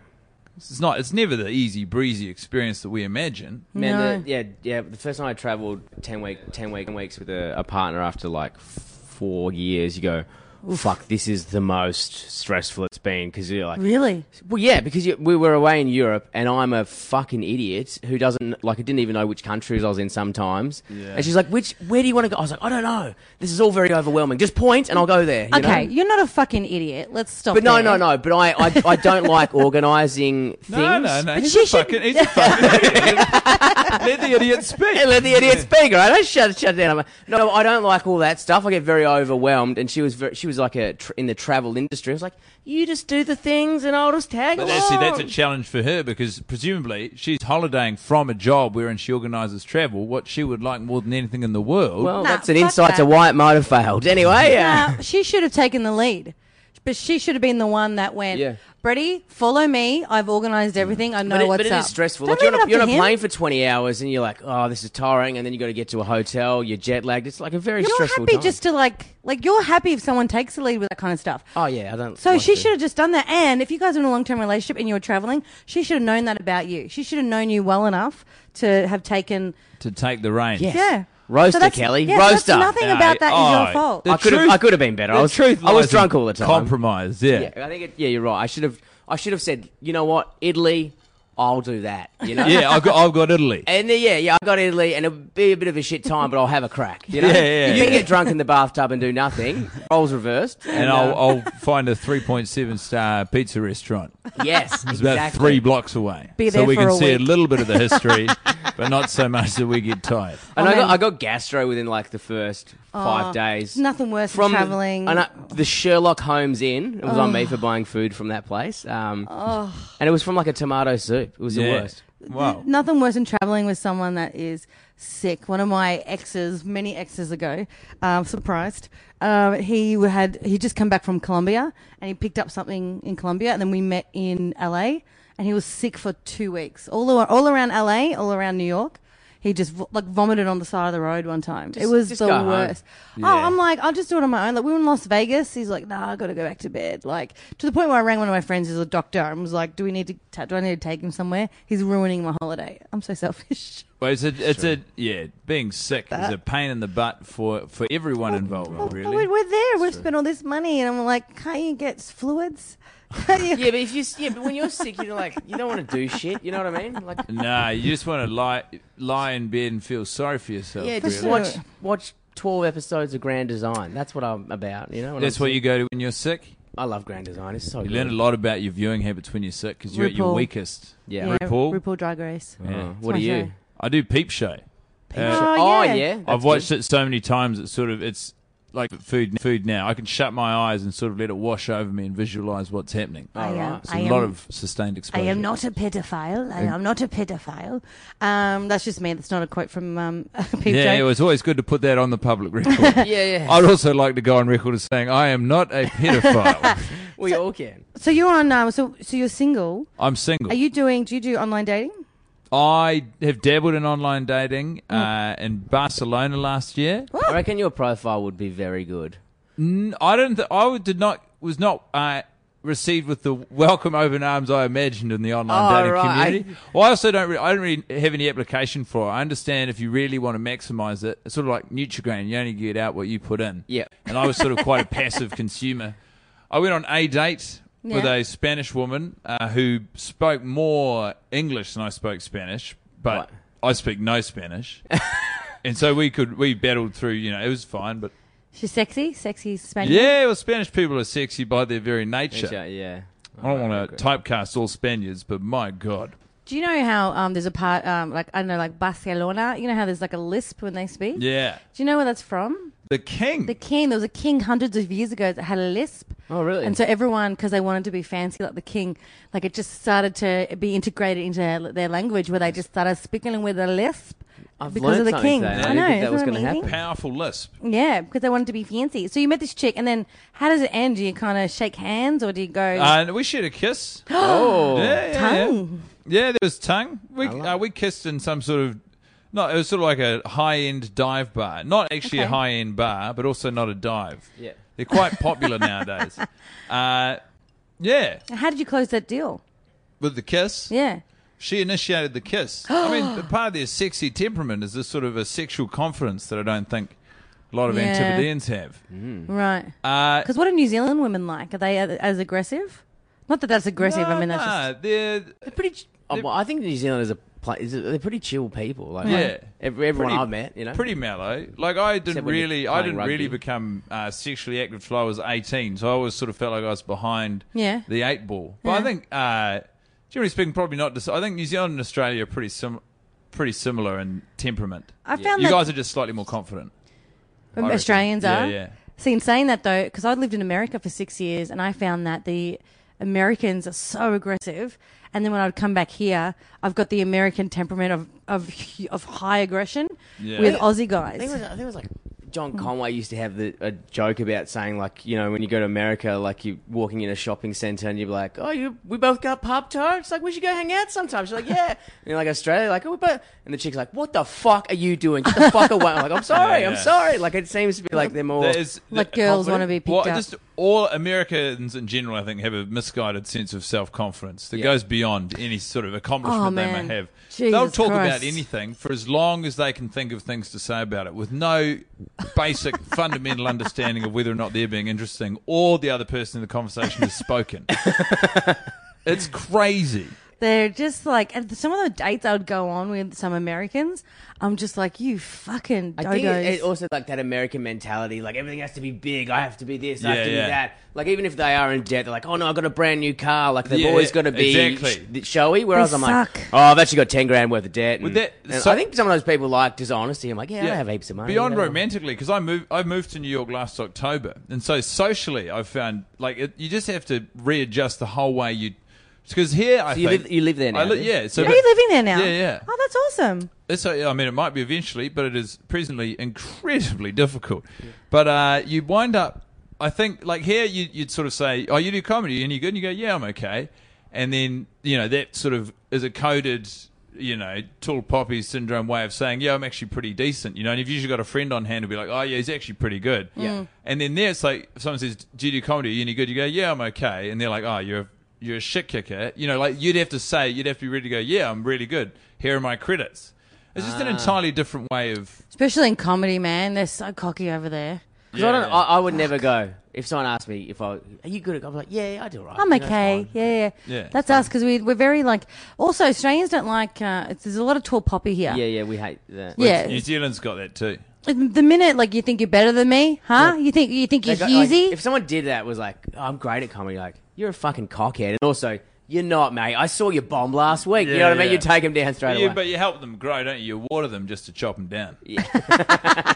[SPEAKER 3] It's not. It's never the easy breezy experience that we imagine.
[SPEAKER 2] Man,
[SPEAKER 1] No.
[SPEAKER 2] the, yeah, yeah. The first time I travelled ten week, ten week, 10 weeks with a, a partner after like four years, you go, "Fuck, this is the most stressful it's been." Because you're like,
[SPEAKER 1] Really?
[SPEAKER 2] Well, yeah, because you, we were away in Europe, and I'm a fucking idiot who doesn't like. I didn't even know which countries I was in sometimes.
[SPEAKER 3] Yeah.
[SPEAKER 2] And she's like, "Which? Where do you want to go?" I was like, "I don't know. This is all very overwhelming. Just point, and I'll go there." you
[SPEAKER 1] okay,
[SPEAKER 2] know?
[SPEAKER 1] you're not a fucking idiot. Let's stop.
[SPEAKER 2] But no,
[SPEAKER 1] there.
[SPEAKER 2] no, no. But I, I, I don't like organising things.
[SPEAKER 3] No, no, no. He's
[SPEAKER 1] she
[SPEAKER 3] a
[SPEAKER 1] should-
[SPEAKER 3] fucking. He's a fucking. idiot. Let the idiot
[SPEAKER 2] Hey,
[SPEAKER 3] speak.
[SPEAKER 2] let the idiot speak, right? I shut shut down. I'm like, no, I don't like all that stuff. I get very overwhelmed. And she was very, she was like a tr- in the travel industry. I was like, you just do the things, and I'll just tag
[SPEAKER 3] But
[SPEAKER 2] along.
[SPEAKER 3] that's, see, that's a challenge for her because presumably she's holidaying from a job wherein she organises travel. What she would like more than anything in the world.
[SPEAKER 2] well,
[SPEAKER 1] Nah,
[SPEAKER 2] that's an
[SPEAKER 1] fuck
[SPEAKER 2] insight to
[SPEAKER 1] that.
[SPEAKER 2] why it might have failed. Anyway, yeah.
[SPEAKER 1] Nah, she should have taken the lead. But she should have been the one that went,
[SPEAKER 2] Yeah. Mm.
[SPEAKER 1] Brady, follow me. I've organised everything. I know
[SPEAKER 2] but it,
[SPEAKER 1] what's
[SPEAKER 2] but it
[SPEAKER 1] up.
[SPEAKER 2] is stressful. Like
[SPEAKER 1] Don't
[SPEAKER 2] you're
[SPEAKER 1] leave
[SPEAKER 2] on a,
[SPEAKER 1] it
[SPEAKER 2] you're
[SPEAKER 1] up
[SPEAKER 2] on
[SPEAKER 1] to
[SPEAKER 2] a
[SPEAKER 1] him.
[SPEAKER 2] plane for 20 hours and you're like, oh, this is tiring. And then you got to get to a hotel. You're jet lagged. It's like a very
[SPEAKER 1] You're
[SPEAKER 2] stressful
[SPEAKER 1] happy
[SPEAKER 2] time.
[SPEAKER 1] just to like, like you're happy if someone takes the lead with that kind of stuff.
[SPEAKER 2] oh, yeah. I don't.
[SPEAKER 1] So
[SPEAKER 2] like
[SPEAKER 1] she
[SPEAKER 2] to-
[SPEAKER 1] should have just done that. And if you guys are in a long term relationship and you were traveling, she should have known that about you. She should have known you well enough to have taken.
[SPEAKER 3] to take the reins.
[SPEAKER 2] Yes.
[SPEAKER 1] Yeah.
[SPEAKER 2] Roaster,
[SPEAKER 1] that's-
[SPEAKER 2] Kelly,
[SPEAKER 1] Yeah, that's
[SPEAKER 2] roaster.
[SPEAKER 1] nothing
[SPEAKER 3] No,
[SPEAKER 1] about that is
[SPEAKER 3] oh,
[SPEAKER 1] your fault.
[SPEAKER 3] the
[SPEAKER 2] I could have.
[SPEAKER 3] truth-
[SPEAKER 2] I could have been better. I
[SPEAKER 3] The
[SPEAKER 2] was.
[SPEAKER 3] truth
[SPEAKER 2] I was
[SPEAKER 3] lies in
[SPEAKER 2] drunk all the time.
[SPEAKER 3] Compromise. Yeah.
[SPEAKER 2] Yeah, I think. It, yeah, you're right. I should have. I should have said. You know what, Italy. I'll do that. You know.
[SPEAKER 3] yeah, I've got, I've got Italy.
[SPEAKER 2] And then, yeah, yeah, I got Italy, and it'll be a bit of a shit time, but I'll have a crack. You know,
[SPEAKER 3] Yeah, yeah,
[SPEAKER 2] if you
[SPEAKER 3] yeah.
[SPEAKER 2] can get drunk in the bathtub and do nothing, roles reversed,
[SPEAKER 3] And
[SPEAKER 2] uh,
[SPEAKER 3] I'll, I'll find a 3.7 star pizza restaurant.
[SPEAKER 2] yes,
[SPEAKER 3] It's about
[SPEAKER 2] exactly.
[SPEAKER 3] three blocks away.
[SPEAKER 1] Be
[SPEAKER 3] so
[SPEAKER 1] there
[SPEAKER 3] we
[SPEAKER 1] for
[SPEAKER 3] can
[SPEAKER 1] a
[SPEAKER 3] see a
[SPEAKER 1] week.
[SPEAKER 3] little bit of the history, but not so much that we get tired.
[SPEAKER 2] And
[SPEAKER 1] Oh,
[SPEAKER 2] I got,
[SPEAKER 1] man.
[SPEAKER 2] I got gastro within like the first five days.
[SPEAKER 1] There's nothing worse
[SPEAKER 2] from
[SPEAKER 1] than traveling.
[SPEAKER 2] and I, the Sherlock Holmes Inn. It was on me for buying food from that place. Um, and it was from like a tomato soup. It was the
[SPEAKER 3] Yeah.
[SPEAKER 2] worst.
[SPEAKER 3] Wow.
[SPEAKER 1] Nothing worse than traveling with someone that is sick. One of my exes, many exes ago, um, surprised. Um, he had he just come back from Colombia and he picked up something in Colombia and then we met in LA and he was sick for two weeks, all ar- all around LA, all around New York. He just vo- like vomited on the side of the road one time. it
[SPEAKER 2] Just-
[SPEAKER 1] was
[SPEAKER 2] just
[SPEAKER 1] the
[SPEAKER 2] go home.
[SPEAKER 1] worst. Oh,
[SPEAKER 3] Yeah.
[SPEAKER 1] I'm like, I'll just do it on my own. Like we were in Las Vegas. He's like, Nah, I got to go back to bed. Like to the point where I rang one of my friends who's a doctor and was like, Do we need to? Ta- do I need to take him somewhere? He's ruining my holiday. I'm so selfish.
[SPEAKER 3] Well, it's a, it's a yeah. Being sick is a pain in the butt for for everyone involved.
[SPEAKER 1] But
[SPEAKER 3] really.
[SPEAKER 1] we're, we're there. We've spent all this money, and I'm like, Can't you get fluids? Can't you?
[SPEAKER 2] Yeah, but if you yeah, but when you're sick, you're like you don't want to do shit. You know what I mean? Like
[SPEAKER 3] Nah, you just want to lie lie in bed and feel sorry for yourself.
[SPEAKER 2] yeah,
[SPEAKER 3] really.
[SPEAKER 2] just
[SPEAKER 1] sure.
[SPEAKER 2] watch watch twelve episodes of Grand Design. That's what I'm about. You know. when
[SPEAKER 3] That's
[SPEAKER 2] I'm
[SPEAKER 3] what
[SPEAKER 2] sick.
[SPEAKER 3] you go to when you're sick.
[SPEAKER 2] I love Grand Design. It's so
[SPEAKER 3] You
[SPEAKER 2] good.
[SPEAKER 3] learn a lot about your viewing habits when you're sick because you're at your
[SPEAKER 1] RuPaul.
[SPEAKER 3] weakest.
[SPEAKER 2] Yeah.
[SPEAKER 3] RuPaul?
[SPEAKER 1] RuPaul Drag Race.
[SPEAKER 2] Uh,
[SPEAKER 3] Yeah.
[SPEAKER 2] what
[SPEAKER 1] my
[SPEAKER 2] are you?
[SPEAKER 1] show.
[SPEAKER 3] I do Peep Show. Uh,
[SPEAKER 1] Show.
[SPEAKER 2] oh
[SPEAKER 1] Oh, yeah.
[SPEAKER 2] yeah.
[SPEAKER 3] I've watched it so many times. It's sort of it's like food. Food now. I can shut my eyes and sort of let it wash over me and visualize what's happening.
[SPEAKER 1] I am.
[SPEAKER 2] Alright.
[SPEAKER 3] It's a
[SPEAKER 1] I am.
[SPEAKER 3] lot of
[SPEAKER 1] I
[SPEAKER 3] sustained exposure.
[SPEAKER 1] am not a pedophile. I am not a pedophile. Um, that's just me. That's not a quote from um, Peep
[SPEAKER 3] Yeah, it
[SPEAKER 1] Show.
[SPEAKER 3] was always good to put that on the public record.
[SPEAKER 2] Yeah, yeah.
[SPEAKER 3] I'd also like to go on record as saying I am not a pedophile.
[SPEAKER 2] We all can.
[SPEAKER 1] So you're on. Um, so so you're single.
[SPEAKER 3] I'm single.
[SPEAKER 1] Are you doing? Do you do online dating?
[SPEAKER 3] I have dabbled in online dating uh, in Barcelona last year.
[SPEAKER 2] I reckon your profile would be very good.
[SPEAKER 3] N- I don't. Th- I would- did not. Was not. Uh, Received with the welcome open arms I imagined in the online
[SPEAKER 2] Oh,
[SPEAKER 3] dating
[SPEAKER 2] right.
[SPEAKER 3] community. Well, I also don't. Really, I don't really have any application for. it. I understand if you really want to maximise it, it's sort of like Nutrigrain. You only get out what you put in.
[SPEAKER 2] Yeah.
[SPEAKER 3] And I was sort of quite a passive consumer. I went on a date with
[SPEAKER 1] Yeah.
[SPEAKER 3] a Spanish woman uh, who spoke more English than I spoke Spanish, but
[SPEAKER 2] Right.
[SPEAKER 3] I speak no Spanish. and so we could we battled through. You know, it was fine, but
[SPEAKER 1] She's sexy, sexy Spanish.
[SPEAKER 3] yeah, well, Spanish people are sexy by their very nature.
[SPEAKER 2] Yeah.
[SPEAKER 3] I don't want to typecast all Spaniards, but my God.
[SPEAKER 1] Do you know how um, there's a part um, like I don't know like Barcelona? You know how there's like a lisp when they speak.
[SPEAKER 3] Yeah.
[SPEAKER 1] Do you know where that's from?
[SPEAKER 3] The king.
[SPEAKER 1] The king. There was a king hundreds of years ago that had a lisp.
[SPEAKER 2] Oh, really?
[SPEAKER 1] And so everyone, because they wanted to be fancy like the king, like it just started to be integrated into their language where they just started speaking with a lisp
[SPEAKER 2] I've
[SPEAKER 1] because
[SPEAKER 2] learned
[SPEAKER 1] of the
[SPEAKER 2] something
[SPEAKER 1] king.
[SPEAKER 2] today. I
[SPEAKER 1] I
[SPEAKER 2] didn't
[SPEAKER 1] know.
[SPEAKER 2] think that
[SPEAKER 1] isn't
[SPEAKER 2] was
[SPEAKER 1] that
[SPEAKER 2] gonna
[SPEAKER 1] amazing?
[SPEAKER 2] happen.
[SPEAKER 3] Powerful lisp.
[SPEAKER 1] Yeah, because they wanted to be fancy. So you met this chick, and then how does it end? Do you kind of shake hands, or do you go
[SPEAKER 3] And Uh, we shared a kiss. yeah,
[SPEAKER 2] Oh.
[SPEAKER 3] yeah, Yeah.
[SPEAKER 1] tongue?
[SPEAKER 3] yeah, there was tongue. We,
[SPEAKER 2] I like-
[SPEAKER 3] uh, we kissed in some sort of. No, it was sort of like a high end dive bar. Not actually a
[SPEAKER 1] Okay.
[SPEAKER 3] high end bar, but also not a dive.
[SPEAKER 2] Yeah.
[SPEAKER 3] They're quite popular nowadays. Uh, yeah.
[SPEAKER 1] How did you close that deal?
[SPEAKER 3] With the kiss.
[SPEAKER 1] Yeah.
[SPEAKER 3] She initiated the kiss. I mean, the part of their sexy temperament is this sort of a sexual confidence that I don't think a lot of
[SPEAKER 1] Yeah.
[SPEAKER 3] Antipodeans have.
[SPEAKER 1] Right.
[SPEAKER 3] Uh,
[SPEAKER 1] Because what are New Zealand women like? Are they a- as aggressive? Not that that's aggressive. I mean, that's just.
[SPEAKER 3] they're
[SPEAKER 2] They're pretty. ch- Oh, well, I think New Zealand is a pla- is a, they're pretty chill people. Like
[SPEAKER 3] Yeah.
[SPEAKER 2] every, everyone
[SPEAKER 3] Pretty-
[SPEAKER 2] I've met, you know,
[SPEAKER 3] pretty mellow. Like I didn't
[SPEAKER 2] Except when you're
[SPEAKER 3] really, I
[SPEAKER 2] playing
[SPEAKER 3] didn't
[SPEAKER 2] rugby.
[SPEAKER 3] really become uh, sexually active till I was eighteen. So I always sort of felt like I was behind
[SPEAKER 1] Yeah.
[SPEAKER 3] the eight ball. But I
[SPEAKER 1] Yeah.
[SPEAKER 3] think, uh, generally speaking, probably not. Dis- I think New Zealand and Australia are pretty sim- pretty similar in temperament.
[SPEAKER 1] I found
[SPEAKER 3] You
[SPEAKER 1] that
[SPEAKER 3] guys are just slightly more confident. I reckon.
[SPEAKER 1] Australians
[SPEAKER 3] Yeah,
[SPEAKER 1] are.
[SPEAKER 3] yeah.
[SPEAKER 1] See, in saying that though, because I lived in America for six years, and I found that the Americans are so aggressive. And then when I would come back here, I've got the American temperament of of, hu- of high aggression
[SPEAKER 3] Yeah.
[SPEAKER 1] with
[SPEAKER 2] I think,
[SPEAKER 1] Aussie
[SPEAKER 2] it was,
[SPEAKER 1] guys.
[SPEAKER 2] I think it was like John Conway used to have the, a joke about saying like you know when you go to America, like you're walking in a shopping center and you're like, oh, you we both got pop tarts. Like we should go hang out sometimes. You're like, yeah. and you're like Australia, like oh, we both. And the chick's like, what the fuck are you doing? Get the fuck away. I'm like, I'm sorry,
[SPEAKER 3] Yeah,
[SPEAKER 2] I'm
[SPEAKER 3] yeah.
[SPEAKER 2] sorry. Like it seems to be like they're more.
[SPEAKER 3] There is-
[SPEAKER 1] Like
[SPEAKER 3] there-
[SPEAKER 1] girls want to
[SPEAKER 2] confident?
[SPEAKER 1] be picked
[SPEAKER 3] Well,
[SPEAKER 1] up.
[SPEAKER 3] just all Americans in general, I think, have a misguided sense of self confidence that
[SPEAKER 2] Yeah.
[SPEAKER 3] goes beyond any sort of accomplishment
[SPEAKER 1] Oh,
[SPEAKER 3] they
[SPEAKER 1] man.
[SPEAKER 3] may have.
[SPEAKER 1] Jesus
[SPEAKER 3] They'll talk about
[SPEAKER 1] Christ.
[SPEAKER 3] anything for as long as they can think of things to say about it with no basic fundamental understanding of whether or not they're being interesting or the other person in the conversation has spoken. it's crazy.
[SPEAKER 1] They're just like, and some of the dates I would go on with some Americans, I'm just like, you fucking
[SPEAKER 2] I
[SPEAKER 1] dodos.
[SPEAKER 2] think it, it also like that American mentality, like everything has to be big. I have to be this. I
[SPEAKER 3] Yeah,
[SPEAKER 2] have to
[SPEAKER 3] yeah.
[SPEAKER 2] be that. Like even if they are in debt, they're like, oh no, I got a brand new car. Like they've
[SPEAKER 3] Yeah,
[SPEAKER 2] always got to be
[SPEAKER 3] exactly.
[SPEAKER 2] sh- showy. Whereas
[SPEAKER 1] They
[SPEAKER 2] I'm
[SPEAKER 1] suck.
[SPEAKER 2] like, oh, I've actually got ten grand worth of debt. And,
[SPEAKER 3] that-
[SPEAKER 2] and
[SPEAKER 3] so-
[SPEAKER 2] I think some of those people like dishonesty. I'm like, yeah, I
[SPEAKER 3] Yeah.
[SPEAKER 2] have heaps of money. uh,
[SPEAKER 3] Beyond
[SPEAKER 2] whatever.
[SPEAKER 3] romantically, because I moved, I moved to New York last October, and so socially, I found like it, you just have to readjust the whole way you. Because here, I
[SPEAKER 2] you
[SPEAKER 3] think
[SPEAKER 2] live- you live there
[SPEAKER 3] I
[SPEAKER 2] now,
[SPEAKER 3] li-
[SPEAKER 2] do you?
[SPEAKER 3] yeah, so
[SPEAKER 1] Are you living there now?
[SPEAKER 3] Yeah, yeah.
[SPEAKER 1] Oh, that's awesome.
[SPEAKER 3] It's, uh, I mean, it might be eventually, but it is presently incredibly difficult. But uh, you wind up, I think, like here, you, you'd sort of say, "Oh, you do comedy, and you good?" And you go, "Yeah, I'm okay." And then you know that sort of is a coded, you know, tall poppy syndrome way of saying, "Yeah, I'm actually pretty decent," you know. And you've usually got a friend on hand to be like, "Oh, yeah, he's actually pretty good."
[SPEAKER 2] Yeah. Mm.
[SPEAKER 3] And then there, it's like if someone says, "Do you do comedy? Are you any good?" You go, "Yeah, I'm okay." And they're like, "Oh, you're." A, you're a shit kicker. You know, like you'd have to say, you'd have to be ready to go, yeah, I'm really good. Here are my credits. It's just an
[SPEAKER 2] Ah.
[SPEAKER 3] entirely different way of.
[SPEAKER 1] Especially in comedy, man. They're so cocky over there.
[SPEAKER 2] 'Cause I, don't, I, I would never go if someone asked me if I. Are you good? at I'm like, yeah, I do alright.
[SPEAKER 1] I'm
[SPEAKER 2] You know, it's
[SPEAKER 1] okay.
[SPEAKER 2] fine."
[SPEAKER 1] Yeah, yeah.
[SPEAKER 3] Yeah, it's
[SPEAKER 1] That's us because we, we're very like. Also, Australians don't like. Uh, it's, there's a lot of tall poppy here.
[SPEAKER 2] Yeah, yeah, we hate that.
[SPEAKER 1] Yeah.
[SPEAKER 3] New Zealand's got that too.
[SPEAKER 1] The minute like you think you're better than me, huh? You think you think you're
[SPEAKER 2] Like, like,
[SPEAKER 1] easy?
[SPEAKER 2] if someone did that, was like, "Oh, I'm great at comedy. Like, you're a fucking cockhead, and also you're not, mate. I saw your bomb last week. you
[SPEAKER 3] Yeah,
[SPEAKER 2] know what I mean?
[SPEAKER 3] yeah.
[SPEAKER 2] You take him down straight
[SPEAKER 3] you,
[SPEAKER 2] away.
[SPEAKER 3] But you help them grow, don't you? You water them just to chop them down. Yeah.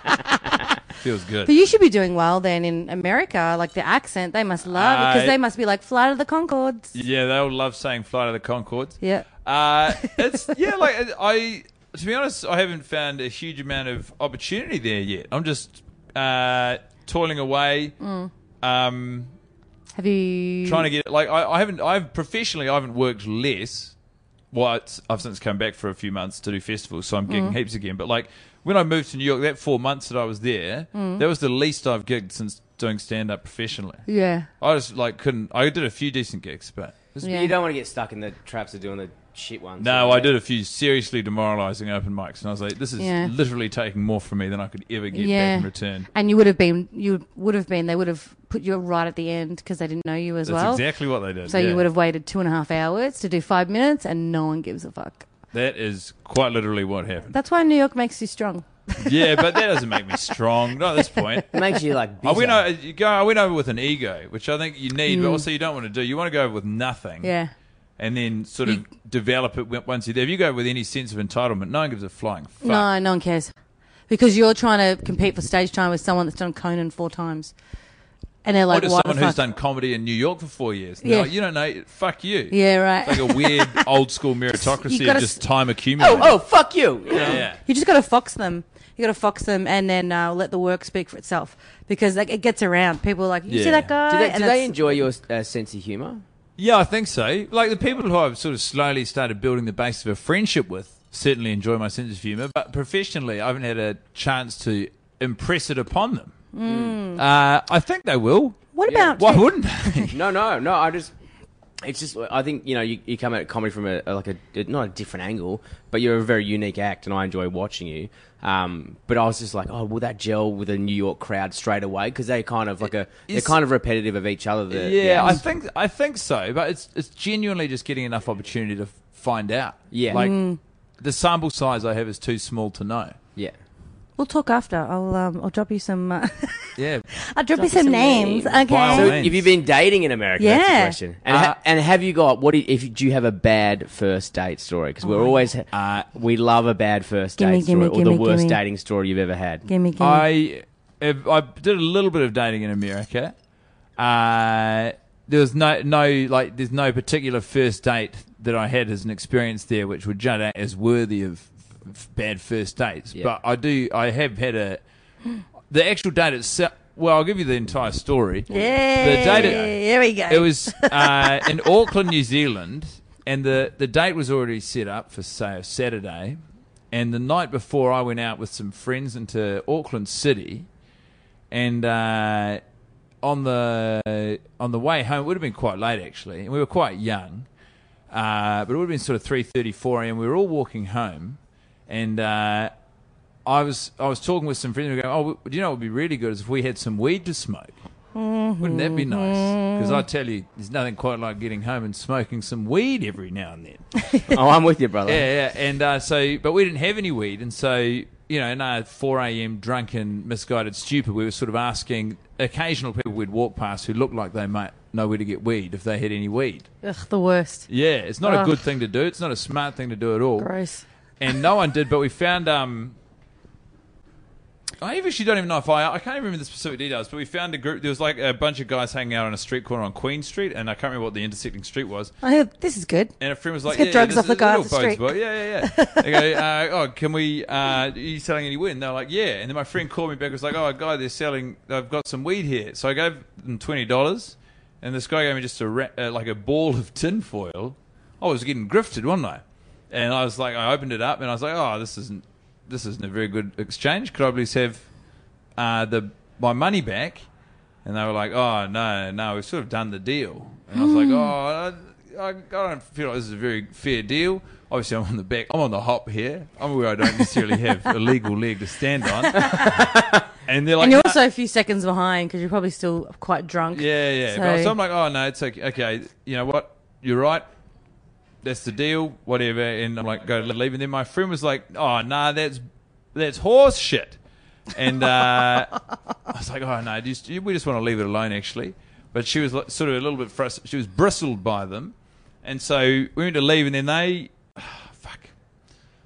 [SPEAKER 3] Feels good.
[SPEAKER 1] But you should be doing well then in America. Like the accent, they must love it because
[SPEAKER 3] I-
[SPEAKER 1] they must be like flight of the Concords.
[SPEAKER 3] yeah, they'll love saying Flight of the Concords.
[SPEAKER 1] Yeah.
[SPEAKER 3] Uh, it's, yeah, like I, to be honest, I haven't found a huge amount of opportunity there yet. I'm just uh, toiling away. Um,
[SPEAKER 1] Have you
[SPEAKER 3] trying to get like I, I haven't I've professionally I haven't worked less. Well, it's, I've since come back for a few months to do festivals, so I'm gigging heaps again. But like when I moved to New York, that four months that I was there, that was the least I've gigged since doing stand up professionally.
[SPEAKER 1] Yeah.
[SPEAKER 3] I just like couldn't. I did a few decent gigs, but
[SPEAKER 1] Yeah.
[SPEAKER 2] You don't want to get stuck in the traps of doing the shit ones.
[SPEAKER 3] no, I did a few seriously demoralising open mics, and I was like, this is
[SPEAKER 1] Yeah.
[SPEAKER 3] literally taking more from me than I could ever get
[SPEAKER 1] Yeah.
[SPEAKER 3] back in return.
[SPEAKER 1] And you would have been, you would have been. They would have put you right at the end because they didn't know you as
[SPEAKER 3] That's
[SPEAKER 1] well.
[SPEAKER 3] exactly what they did.
[SPEAKER 1] So
[SPEAKER 3] yeah.
[SPEAKER 1] you would have waited two and a half hours to do five minutes, and no one gives a fuck.
[SPEAKER 3] That is quite literally what happened.
[SPEAKER 1] That's why New York makes you strong.
[SPEAKER 3] Mm. yeah, but that doesn't make me strong. Not at this point.
[SPEAKER 2] It makes you like.
[SPEAKER 3] I went,
[SPEAKER 2] bitter.
[SPEAKER 3] over, uh, you go, I went over with an ego, which I think you need, but also you don't want to do. You want to go over with nothing.
[SPEAKER 1] Mm. Yeah.
[SPEAKER 3] And then sort of develop it w- once you're there. If you go with any sense of entitlement, no one gives a flying fuck.
[SPEAKER 1] No, no one cares because you're trying to compete for stage time with someone that's done Conan four times, and they're
[SPEAKER 3] or
[SPEAKER 1] like,
[SPEAKER 3] to
[SPEAKER 1] "Why the
[SPEAKER 3] someone
[SPEAKER 1] fuck?"
[SPEAKER 3] who's done comedy in New York for four years.
[SPEAKER 1] Yeah.
[SPEAKER 3] Yeah. you don't know. Fuck you.
[SPEAKER 1] Yeah, right.
[SPEAKER 3] Like a weird old school meritocracy
[SPEAKER 1] gotta
[SPEAKER 3] of
[SPEAKER 1] s-
[SPEAKER 3] just time accumulating.
[SPEAKER 2] Oh, oh, fuck you. you know?
[SPEAKER 3] Yeah. yeah.
[SPEAKER 1] You just got to fox them. You got to fox them, and then uh, let the work speak for itself because like it gets around. People are like, you see
[SPEAKER 3] Yeah.
[SPEAKER 1] that guy?
[SPEAKER 2] Do they,
[SPEAKER 1] And
[SPEAKER 2] do they
[SPEAKER 1] it's-
[SPEAKER 2] enjoy your uh, sense of humor?
[SPEAKER 3] Yeah, I think so. Like the people who I've sort of slowly started building the base of a friendship with certainly enjoy my sense of humour, but professionally, I haven't had a chance to impress it upon them.
[SPEAKER 2] Mm.
[SPEAKER 3] Uh, I think they will.
[SPEAKER 1] What about
[SPEAKER 3] Why wouldn't they?
[SPEAKER 2] No, no, no. I just, it's just. I think you know, you, you come at comedy from a, a- like a not a different angle, but you're a very unique act, and I enjoy watching you. Um, but I was just like, oh, will that gel with a New York crowd straight away? Because they kind of like a, they're
[SPEAKER 3] It's-
[SPEAKER 2] kind of repetitive of each other. The, the
[SPEAKER 3] yeah, I
[SPEAKER 2] acts.
[SPEAKER 3] think I think so, but it's it's genuinely just getting enough opportunity to find out.
[SPEAKER 2] Yeah.
[SPEAKER 3] like the sample size I have is too small to know.
[SPEAKER 2] yeah.
[SPEAKER 1] We'll talk after. I'll um, I'll drop you some. Uh,
[SPEAKER 3] Yeah,
[SPEAKER 1] I'll drop, you some, names.
[SPEAKER 2] names.
[SPEAKER 1] Okay.
[SPEAKER 3] Wow.
[SPEAKER 2] So,
[SPEAKER 3] all
[SPEAKER 2] have
[SPEAKER 3] means.
[SPEAKER 2] you been dating in America? That's the
[SPEAKER 1] Yeah.
[SPEAKER 2] question. And, ha-
[SPEAKER 3] Uh,
[SPEAKER 2] and have you got what? Do you, if do you have a bad first date story? Because we're always
[SPEAKER 3] Uh,
[SPEAKER 2] we love a bad first
[SPEAKER 1] Oh. Gimme,
[SPEAKER 2] date story
[SPEAKER 1] gimme,
[SPEAKER 2] or the
[SPEAKER 1] gimme,
[SPEAKER 2] worst
[SPEAKER 1] gimme.
[SPEAKER 2] dating story you've ever had.
[SPEAKER 1] Gimme, gimme.
[SPEAKER 3] I if- I did a little bit of dating in America. Uh, there was no no like there's no particular first date that I had as an experience there which would judge out as worthy of f- bad first dates.
[SPEAKER 2] Yeah.
[SPEAKER 3] But I do I have had a the actual date itself. Well, I'll give you the entire story.
[SPEAKER 1] yeah.
[SPEAKER 3] The data-
[SPEAKER 1] Here we go.
[SPEAKER 3] It was uh, in Auckland, New Zealand, and the, the date was already set up for, say, a Saturday. And the night before, I went out with some friends into Auckland City, and uh, on the on the way home, it would have been quite late actually, and we were quite young, uh, but it would have been sort of three thirty, four a.m. We were all walking home, and uh, I was I was talking with some friends. We were going, "Oh, do you know what would be really good is if we had some weed to smoke." Wouldn't that be nice? Because I tell you, there's nothing quite like getting home and smoking some weed every now and then.
[SPEAKER 2] oh, I'm with you, brother.
[SPEAKER 3] Yeah, yeah. And uh, so, but we didn't have any weed, and so you know, in our 4 a.m. drunken, misguided stupor, we were sort of asking occasional people we'd walk past who looked like they might know where to get weed if they had any weed.
[SPEAKER 1] Ugh, the worst.
[SPEAKER 3] Yeah, it's not a
[SPEAKER 1] Ugh.
[SPEAKER 3] good thing to do. It's not a smart thing to do at all.
[SPEAKER 1] Gross.
[SPEAKER 3] And no one did, but we found. um I actually don't even know if I. I can't even remember the specific details, but we found a group. There was like a bunch of guys hanging out on a street corner on Queen Street, and I can't remember what the intersecting street was.
[SPEAKER 1] I, this is good.
[SPEAKER 3] And a friend was like,
[SPEAKER 1] get
[SPEAKER 3] yeah,
[SPEAKER 1] drugs
[SPEAKER 3] this-
[SPEAKER 1] off the
[SPEAKER 3] this
[SPEAKER 1] guy
[SPEAKER 3] little
[SPEAKER 1] off the
[SPEAKER 3] boat's
[SPEAKER 1] street."
[SPEAKER 3] boat. Yeah, yeah, yeah. they go, uh, oh, can we, uh, are you selling any weed? And they're like, yeah. And then my friend called me back and was like, oh, guy, they're selling, I've got some weed here. So I gave them $20. And this guy gave me just a, ra- uh, like a ball of tinfoil. I was getting grifted, wasn't I? And I was like, I opened it up and I was like, oh, this isn't, this isn't a very good exchange. Could I please have uh, the my money back? And they were like, oh, no, no, we've sort of done the deal. And I was like, oh, I, I don't feel like this is a very fair deal. Obviously, I'm on the back. I'm on the hop here. I'm aware I don't necessarily have a legal leg to stand on. and they're like,
[SPEAKER 1] and you're
[SPEAKER 3] "No."
[SPEAKER 1] also a few seconds behind because you're probably still quite drunk.
[SPEAKER 3] yeah, yeah.
[SPEAKER 1] So-
[SPEAKER 3] So, so I'm like, oh, no, it's okay. Okay, you know what? You're right. That's the deal, whatever. And I'm like, go leave. And then my friend was like, oh, nah, that's, that's horse shit. And uh, I was like, oh, no, just, we just want to leave it alone, actually. But she was like, sort of a little bit frustrated. She was bristled by them. And so we went to leave, and then they, fuck.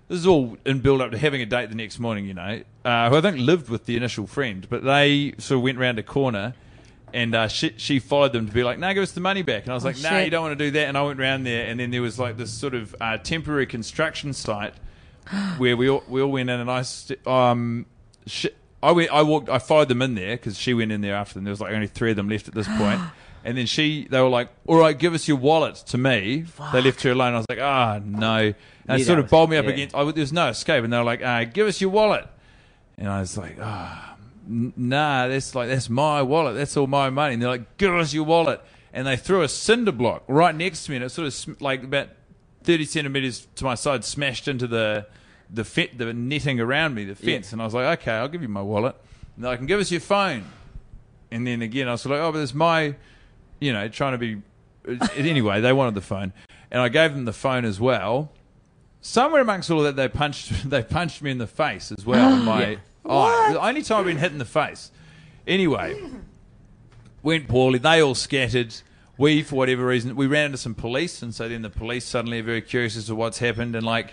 [SPEAKER 3] This is all in build up to having a date the next morning, you know, uh, who I think lived with the initial friend, but they sort of went round a corner and uh, she, she followed them to be like, no, give us the money back. And I was like, no,
[SPEAKER 1] shit.
[SPEAKER 3] you don't want to do that. And I went round there, and then there was like this sort of uh, temporary construction site where we all, we all went in, and I, st- um, she, I went, I walked, I followed them in there because she went in there after them. There was like only three of them left at this point. And then she, they were like, "All right, give us your wallet." To me, they left her alone. I was like, "Ah, no." And
[SPEAKER 2] Knew
[SPEAKER 3] it sort
[SPEAKER 2] that
[SPEAKER 3] of
[SPEAKER 2] was-
[SPEAKER 3] bowled me up
[SPEAKER 2] yeah.
[SPEAKER 3] against. I, w- there was no escape, and they were like, uh, "Give us your wallet," and I was like, "Ah, n- nah, that's like that's my wallet. That's all my money." And they're like, "Give us your wallet," and they threw a cinder block right next to me, and it sort of sm- like about thirty centimeters to my side, smashed into the the fe- the netting around me, the fence, and I was like, "Okay, I'll give you my wallet." And they're like, "Give us your phone." And then again, I was like, oh, but it's my, you know, trying to be. uh, anyway, they wanted the phone, and I gave them the phone as well. Somewhere amongst all of that, they punched they punched me in the face as well. in my eye, the only time I've been hit in the face. Anyway, went poorly. They all scattered. We, for whatever reason, we ran into some police, and so then the police suddenly are very curious as to what's happened. And like,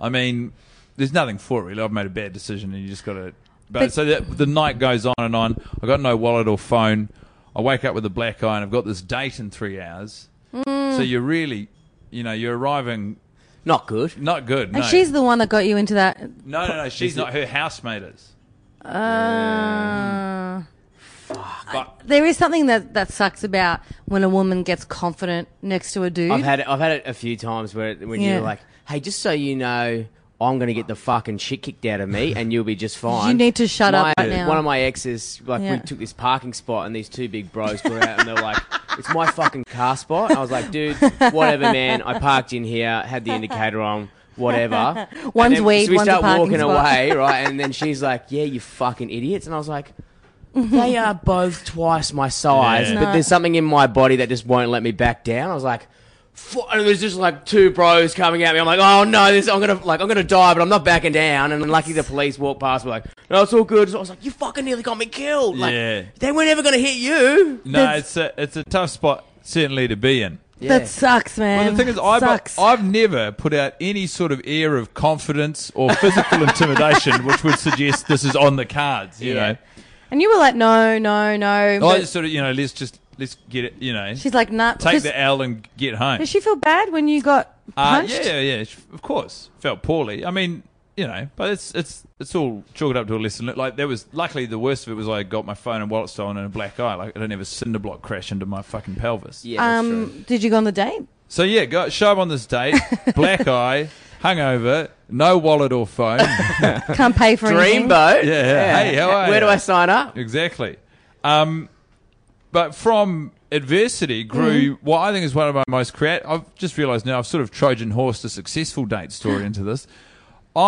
[SPEAKER 3] I mean, there's nothing for it really. I've made a bad decision, and you just got to. But,
[SPEAKER 1] But-
[SPEAKER 3] so that, the night goes on and on. I got no wallet or phone. I wake up with a black eye, and I've got this date in three hours. So you're really, you know, you're arriving
[SPEAKER 2] Not good.
[SPEAKER 3] not good.
[SPEAKER 1] And
[SPEAKER 3] no.
[SPEAKER 1] she's the one that got you into that.
[SPEAKER 3] no, no, no. She's not. Her housemate is.
[SPEAKER 1] Uh,
[SPEAKER 3] But
[SPEAKER 1] there is something that, that sucks about when a woman gets confident next to a dude.
[SPEAKER 2] I've had it, I've had it a few times where it- when
[SPEAKER 1] Yeah.
[SPEAKER 2] you're like, hey, just so you know, I'm going to get the fucking shit kicked out of me, and you'll be just fine.
[SPEAKER 1] You need to shut up
[SPEAKER 2] My-
[SPEAKER 1] right now.
[SPEAKER 2] One of my exes, like,
[SPEAKER 1] Yeah.
[SPEAKER 2] we took this parking spot, and these two big bros were out, and they're like, "It's my fucking car spot." And I was like, "Dude, whatever, man. I parked in here, had the indicator on." Whatever. And
[SPEAKER 1] One's
[SPEAKER 2] then-
[SPEAKER 1] weed,
[SPEAKER 2] so we
[SPEAKER 1] one's a
[SPEAKER 2] start
[SPEAKER 1] parking
[SPEAKER 2] walking
[SPEAKER 1] spot.
[SPEAKER 2] away, right? And then she's like, "Yeah, you fucking idiots." And I was like, they are both twice my size,
[SPEAKER 3] Yeah.
[SPEAKER 2] but there's something in my body that just won't let me back down. I was like, "Fu-" and there's just like two bros coming at me. I'm like, oh no, this I'm gonna like I'm gonna die, but I'm not backing down. And then lucky the police walked past me like, no, it's all good. So I was like, you fucking nearly got me killed. Like,
[SPEAKER 3] Yeah.
[SPEAKER 2] they were never gonna hit you.
[SPEAKER 3] no,
[SPEAKER 1] That's-
[SPEAKER 3] it's a it's a tough spot certainly to be in.
[SPEAKER 2] Yeah.
[SPEAKER 1] That sucks, man.
[SPEAKER 3] Well, the thing is, I've,
[SPEAKER 1] sucks.
[SPEAKER 3] I've never put out any sort of air of confidence or physical intimidation, which would suggest this is on the cards. You
[SPEAKER 2] Yeah.
[SPEAKER 3] know,
[SPEAKER 1] and you were like, no, no, no.
[SPEAKER 3] I
[SPEAKER 1] But
[SPEAKER 3] just sort of, you know, let's just let's get it. You know,
[SPEAKER 1] she's like, nah.
[SPEAKER 3] take
[SPEAKER 1] just-
[SPEAKER 3] the L and get home.
[SPEAKER 1] Does she feel bad when you got
[SPEAKER 3] Uh,
[SPEAKER 1] punched?
[SPEAKER 3] yeah, yeah, yeah. sh- Of course, felt poorly. I mean, you know, but it's it's it's all chalked up to a lesson. Like there was, luckily, the worst of it was I got my phone and wallet stolen and a black eye. Like I didn't have a cinder block crash into my fucking pelvis.
[SPEAKER 2] Yeah, that's true.
[SPEAKER 1] Um, did you go on the date?
[SPEAKER 3] So yeah, got show up on this date, black eye, hungover, no wallet or phone.
[SPEAKER 1] Can't pay for anything.
[SPEAKER 2] Dreamboat.
[SPEAKER 3] Yeah, yeah. Hey, how are
[SPEAKER 2] Where do
[SPEAKER 3] ya?
[SPEAKER 2] I sign up?
[SPEAKER 3] Exactly. Um, but from adversity grew what I think is one of my most creative. I've just realised now I've sort of Trojan horsed a successful date story into this.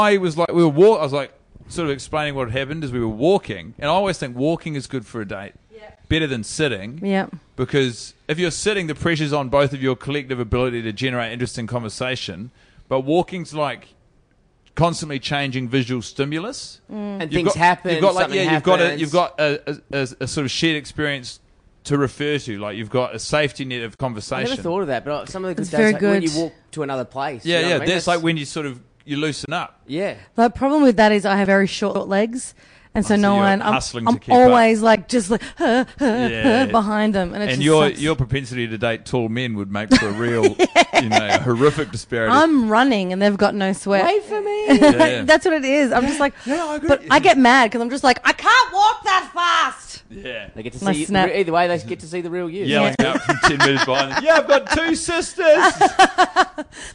[SPEAKER 3] I was like, we were walk. I was like, sort of explaining what had happened as we were walking, and I always think walking is good for a date. Yeah. better than sitting.
[SPEAKER 1] Yep.
[SPEAKER 3] Because if you're sitting, the pressure's on both of your collective ability to generate interesting conversation. But walking's like constantly changing visual stimulus.
[SPEAKER 2] and
[SPEAKER 3] You've
[SPEAKER 2] things
[SPEAKER 3] got-
[SPEAKER 2] happen.
[SPEAKER 3] You've got like
[SPEAKER 2] something
[SPEAKER 3] yeah, you've got a,
[SPEAKER 2] happens.
[SPEAKER 3] you've got a, a, a, a sort of shared experience to refer to. Like you've got a safety net of
[SPEAKER 2] I
[SPEAKER 3] conversation.
[SPEAKER 2] never thought of that, but some of the good
[SPEAKER 1] It's
[SPEAKER 2] days
[SPEAKER 1] very
[SPEAKER 2] like when
[SPEAKER 1] good.
[SPEAKER 2] you walk to another place. you
[SPEAKER 3] yeah,
[SPEAKER 2] know
[SPEAKER 3] yeah.
[SPEAKER 2] what I mean?
[SPEAKER 3] That's like when you sort of you loosen up.
[SPEAKER 2] yeah.
[SPEAKER 1] The problem with that is I have very short legs, and so,
[SPEAKER 3] Oh, so
[SPEAKER 1] no
[SPEAKER 3] you're
[SPEAKER 1] one. I'm,
[SPEAKER 3] hustling to
[SPEAKER 1] I'm
[SPEAKER 3] keep up.
[SPEAKER 1] always like just like huh, huh, huh,
[SPEAKER 3] Yeah.
[SPEAKER 1] behind them, and it
[SPEAKER 3] and
[SPEAKER 1] just
[SPEAKER 3] your
[SPEAKER 1] sucks.
[SPEAKER 3] your propensity to date tall men would make for a real, you know, horrific disparity.
[SPEAKER 1] I'm running, and they've got no sweat.
[SPEAKER 2] Wait for me.
[SPEAKER 3] Yeah.
[SPEAKER 1] That's what it is. I'm just like,
[SPEAKER 3] Yeah, I agree.
[SPEAKER 1] but I get mad because I'm just like, I can't walk that fast.
[SPEAKER 3] yeah.
[SPEAKER 2] they get to
[SPEAKER 1] My
[SPEAKER 2] see.
[SPEAKER 1] snap.
[SPEAKER 2] Either way, they get to see the real you.
[SPEAKER 3] Yelling out from ten meters behind. them, Yeah, I've got two sisters.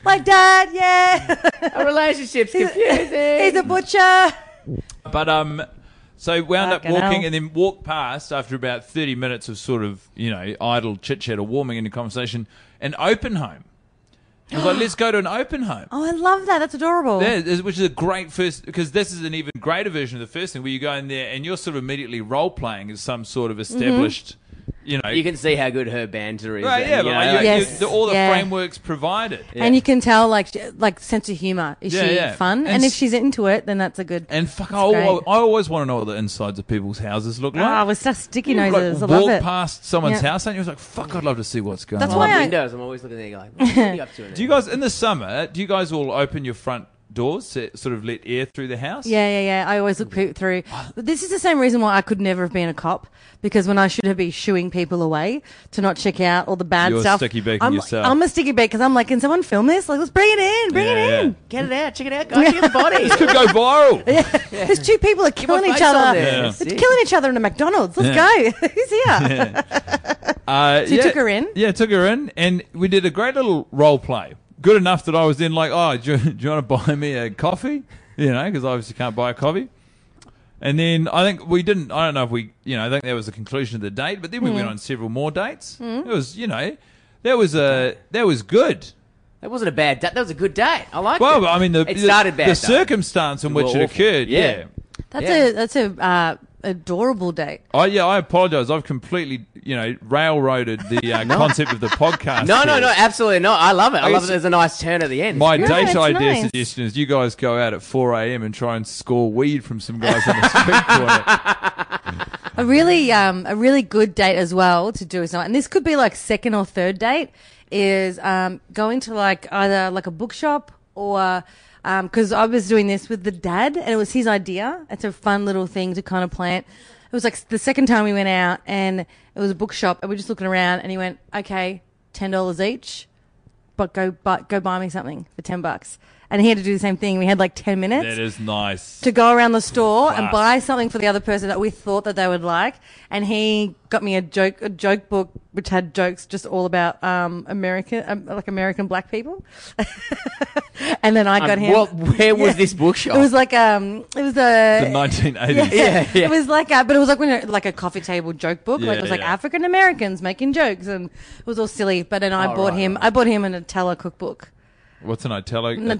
[SPEAKER 1] Like, Dad, yeah,
[SPEAKER 2] Our relationship's confusing.
[SPEAKER 1] he's a butcher.
[SPEAKER 3] But um, so wound up
[SPEAKER 1] Fucking
[SPEAKER 3] walking
[SPEAKER 1] hell.
[SPEAKER 3] and then walked past after about thirty minutes of sort of you know idle chit chat or warming into conversation, an open home. I was like, let's go to an open home.
[SPEAKER 1] Oh, I love that. That's adorable.
[SPEAKER 3] There is- which is a great first because this is an even greater version of the first thing where you go in there and you're sort of immediately role playing as some sort of
[SPEAKER 1] Mm-hmm.
[SPEAKER 3] established, you know,
[SPEAKER 2] you can see how good her banter is.
[SPEAKER 3] right,
[SPEAKER 2] and,
[SPEAKER 3] yeah,
[SPEAKER 2] you
[SPEAKER 3] but
[SPEAKER 2] know,
[SPEAKER 3] like, you-
[SPEAKER 2] like,
[SPEAKER 3] you-
[SPEAKER 1] Yes.
[SPEAKER 3] the- all the
[SPEAKER 1] Yeah.
[SPEAKER 3] frameworks provided.
[SPEAKER 1] And you can tell, like, sh- like sense of humor. Is
[SPEAKER 3] Yeah,
[SPEAKER 1] she
[SPEAKER 3] yeah.
[SPEAKER 1] fun? And,
[SPEAKER 3] And
[SPEAKER 1] if
[SPEAKER 3] s-
[SPEAKER 1] she's into it, then that's a good.
[SPEAKER 3] And fuck, I,
[SPEAKER 1] That's
[SPEAKER 3] al-
[SPEAKER 1] great.
[SPEAKER 3] I always want to know what the insides of people's houses look like.
[SPEAKER 1] Ah, with such sticky
[SPEAKER 3] You,
[SPEAKER 1] noses.
[SPEAKER 3] Like,
[SPEAKER 1] I
[SPEAKER 3] walk
[SPEAKER 1] love it.
[SPEAKER 3] past someone's
[SPEAKER 1] Yeah.
[SPEAKER 3] house and you was like, "Fuck, I'd love to see what's going
[SPEAKER 1] That's
[SPEAKER 3] on."
[SPEAKER 2] I love
[SPEAKER 1] why I-
[SPEAKER 2] windows. I'm always looking at you like, what are you up to? in
[SPEAKER 3] Do you
[SPEAKER 2] there?
[SPEAKER 3] guys in the summer? Do you guys all open your front doors to sort of let air through the house?
[SPEAKER 1] Yeah, yeah, yeah. I always look poop through. But this is the same reason why I could never have been a cop because when I should have been shooing people away to not check out all the bad
[SPEAKER 3] You're
[SPEAKER 1] stuff.
[SPEAKER 3] sticky beaking
[SPEAKER 1] I'm,
[SPEAKER 3] yourself.
[SPEAKER 1] I'm a sticky bait because I'm like, can someone film this? Like, let's bring it in, bring
[SPEAKER 3] Yeah,
[SPEAKER 1] it in.
[SPEAKER 2] Get it out. Check it out, guys. Get the body.
[SPEAKER 3] Could go viral.
[SPEAKER 1] There's two people are killing
[SPEAKER 2] my
[SPEAKER 1] each
[SPEAKER 2] face on
[SPEAKER 1] other.
[SPEAKER 2] there.
[SPEAKER 3] Yeah.
[SPEAKER 1] It's
[SPEAKER 2] Sick.
[SPEAKER 1] killing each other in a McDonald's. Let's
[SPEAKER 3] Yeah.
[SPEAKER 1] go. Who's here?
[SPEAKER 3] Uh,
[SPEAKER 1] you
[SPEAKER 3] yeah.
[SPEAKER 1] took her in?
[SPEAKER 3] Yeah, took her in, and we did a great little role play. Good enough that I was then like, "Oh, do you, do you want to buy me a coffee?" You know, because obviously can't buy a coffee. And then I think we didn't. I don't know if we, you know, I think that was the conclusion of the date. But then we
[SPEAKER 1] Mm.
[SPEAKER 3] went on several more dates. It was, you know, that was a that was good.
[SPEAKER 2] That wasn't a bad date. That was a good date. I liked
[SPEAKER 3] Well,
[SPEAKER 2] it.
[SPEAKER 3] but I mean, the
[SPEAKER 2] it
[SPEAKER 3] the-
[SPEAKER 2] started bad.
[SPEAKER 3] the
[SPEAKER 2] though.
[SPEAKER 3] circumstance in
[SPEAKER 2] Well,
[SPEAKER 3] which it
[SPEAKER 2] awful.
[SPEAKER 3] occurred.
[SPEAKER 2] Yeah.
[SPEAKER 3] yeah.
[SPEAKER 1] That's
[SPEAKER 2] Yeah.
[SPEAKER 1] a that's a uh, adorable date.
[SPEAKER 3] Oh yeah, I apologise. I've completely, you know, railroaded the uh, concept of the podcast.
[SPEAKER 2] No, no,
[SPEAKER 3] here.
[SPEAKER 2] no. Absolutely not. I love it. I
[SPEAKER 3] I
[SPEAKER 2] love
[SPEAKER 3] used
[SPEAKER 2] it.
[SPEAKER 3] to-
[SPEAKER 2] There's a nice turn at the end.
[SPEAKER 3] My
[SPEAKER 1] Yeah,
[SPEAKER 3] date
[SPEAKER 1] it's
[SPEAKER 3] idea
[SPEAKER 1] nice.
[SPEAKER 3] suggestion is you guys go out at 4 a.m. and try and score weed from some guys on the street corner.
[SPEAKER 1] A really um a really good date as well to do is not, and this could be like second or third date is um going to like either like a bookshop or um because I was doing this with the dad and it was his idea. It's a fun little thing to kind of plant. It was like the second time we went out and it was a bookshop and we are just looking around and he went okay ten dollars each, but go but go buy me something for ten bucks. And he had to do the same thing. We had like ten minutes
[SPEAKER 3] That is nice.
[SPEAKER 1] to go around the store and
[SPEAKER 3] Class.
[SPEAKER 1] buy something for the other person that we thought that they would like. And he got me a joke, a joke book which had jokes just all about um, American, um, like American black people. and then I got him.
[SPEAKER 2] What? Um, Where was
[SPEAKER 1] Yeah.
[SPEAKER 2] this bookshop?
[SPEAKER 1] It was like um, it was
[SPEAKER 3] The
[SPEAKER 1] a.
[SPEAKER 3] 1980s.
[SPEAKER 2] yeah, yeah.
[SPEAKER 1] It was like, a, but it was like when a, like a coffee table joke book. like it
[SPEAKER 3] Yeah,
[SPEAKER 1] was like
[SPEAKER 3] yeah.
[SPEAKER 1] African Americans making jokes, and it was all silly. But then I
[SPEAKER 2] Oh,
[SPEAKER 1] bought
[SPEAKER 2] right,
[SPEAKER 1] him.
[SPEAKER 2] right.
[SPEAKER 1] I bought him a Nutella cookbook.
[SPEAKER 3] What's an Italic?
[SPEAKER 1] N- Nutella,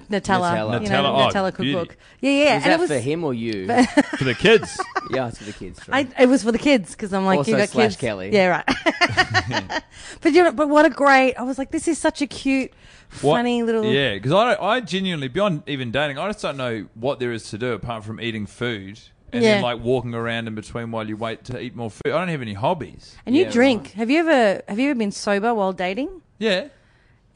[SPEAKER 2] Nutella.
[SPEAKER 1] you know,
[SPEAKER 3] Nutella, oh,
[SPEAKER 1] Nutella
[SPEAKER 3] beauty.
[SPEAKER 1] cookbook. Yeah, yeah.
[SPEAKER 2] Was
[SPEAKER 1] and
[SPEAKER 2] that
[SPEAKER 1] it was
[SPEAKER 2] for him or you?
[SPEAKER 3] for the kids.
[SPEAKER 2] yeah, it's for the kids.
[SPEAKER 1] I,
[SPEAKER 2] right.
[SPEAKER 1] it was for the kids because I'm like,
[SPEAKER 2] Also
[SPEAKER 1] you got
[SPEAKER 2] slash
[SPEAKER 1] kids.
[SPEAKER 2] Kelly.
[SPEAKER 1] Yeah, right. but you know, but what a great! I was like, this is such a cute,
[SPEAKER 3] What-
[SPEAKER 1] funny little.
[SPEAKER 3] Yeah, because I, don't- I genuinely, beyond even dating, I just don't know what there is to do apart from eating food and then
[SPEAKER 1] Yeah.
[SPEAKER 3] like walking around in between while you wait to eat more food. I don't have any hobbies.
[SPEAKER 1] And you
[SPEAKER 2] Yeah,
[SPEAKER 1] drink. Have you ever have you ever been sober while dating?
[SPEAKER 3] Yeah.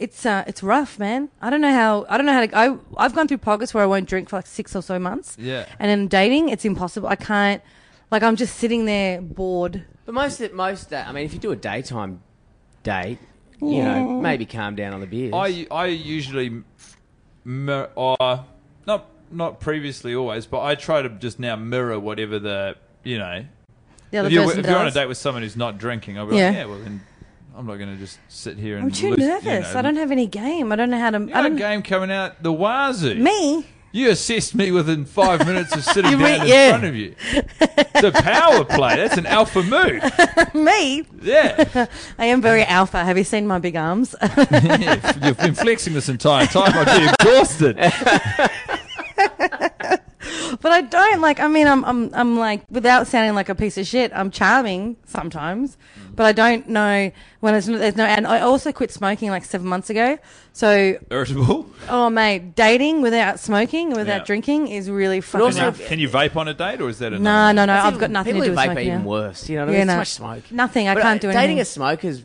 [SPEAKER 1] It's uh, it's rough, man. I don't know how. I don't know how to. I I've gone through pockets where I won't drink for like six or so months.
[SPEAKER 3] Yeah.
[SPEAKER 1] And in dating, it's impossible. I can't. Like I'm just sitting there bored.
[SPEAKER 2] But most, most. Uh, I mean, if you do a daytime date, you know, maybe calm down on the beers.
[SPEAKER 3] I I usually, mir- uh, not not previously always, but I try to just now mirror whatever the you know.
[SPEAKER 1] The other
[SPEAKER 3] if you're,
[SPEAKER 1] person
[SPEAKER 3] if
[SPEAKER 1] does.
[SPEAKER 3] you're on a date with someone who's not drinking, I'll be
[SPEAKER 1] Yeah.
[SPEAKER 3] like, yeah, well then, I'm not going to just sit here and.
[SPEAKER 1] I'm too
[SPEAKER 3] lose- you
[SPEAKER 1] nervous.
[SPEAKER 3] know.
[SPEAKER 1] I don't have any game. I don't know how to.
[SPEAKER 3] You
[SPEAKER 1] I
[SPEAKER 3] got a
[SPEAKER 1] don't.
[SPEAKER 3] game coming out the wazoo.
[SPEAKER 1] Me.
[SPEAKER 3] You assessed me within five minutes of sitting
[SPEAKER 2] You
[SPEAKER 3] down
[SPEAKER 2] re-
[SPEAKER 3] in
[SPEAKER 2] yeah.
[SPEAKER 3] front of you. It's a power play. That's an alpha move.
[SPEAKER 1] Me.
[SPEAKER 3] Yeah.
[SPEAKER 1] I am very alpha. Have you seen my big arms?
[SPEAKER 3] yeah. You've been flexing this entire time. I'd be exhausted.
[SPEAKER 1] But I don't like. I mean, I'm, I'm, I'm like without sounding like a piece of shit. I'm charming sometimes,
[SPEAKER 2] Mm.
[SPEAKER 1] but I don't know when it's there's no. And I also quit smoking like seven months ago. So,
[SPEAKER 3] Irritable.
[SPEAKER 1] oh mate, dating without smoking, without
[SPEAKER 3] Yeah.
[SPEAKER 1] drinking is really fucking.
[SPEAKER 3] Can you,
[SPEAKER 2] also-
[SPEAKER 3] can you vape on a date, or is that a
[SPEAKER 1] no, no, no.
[SPEAKER 2] That's
[SPEAKER 1] I've
[SPEAKER 2] even-
[SPEAKER 1] got nothing to
[SPEAKER 2] people
[SPEAKER 1] do
[SPEAKER 2] who
[SPEAKER 1] with
[SPEAKER 2] vape
[SPEAKER 1] smoking.
[SPEAKER 2] are even
[SPEAKER 1] now.
[SPEAKER 2] worse. You know what I
[SPEAKER 1] Yeah,
[SPEAKER 2] mean?
[SPEAKER 1] no.
[SPEAKER 2] It's too much smoke.
[SPEAKER 1] Nothing. I
[SPEAKER 2] But, uh,
[SPEAKER 1] can't do anything.
[SPEAKER 2] Dating a smoker's.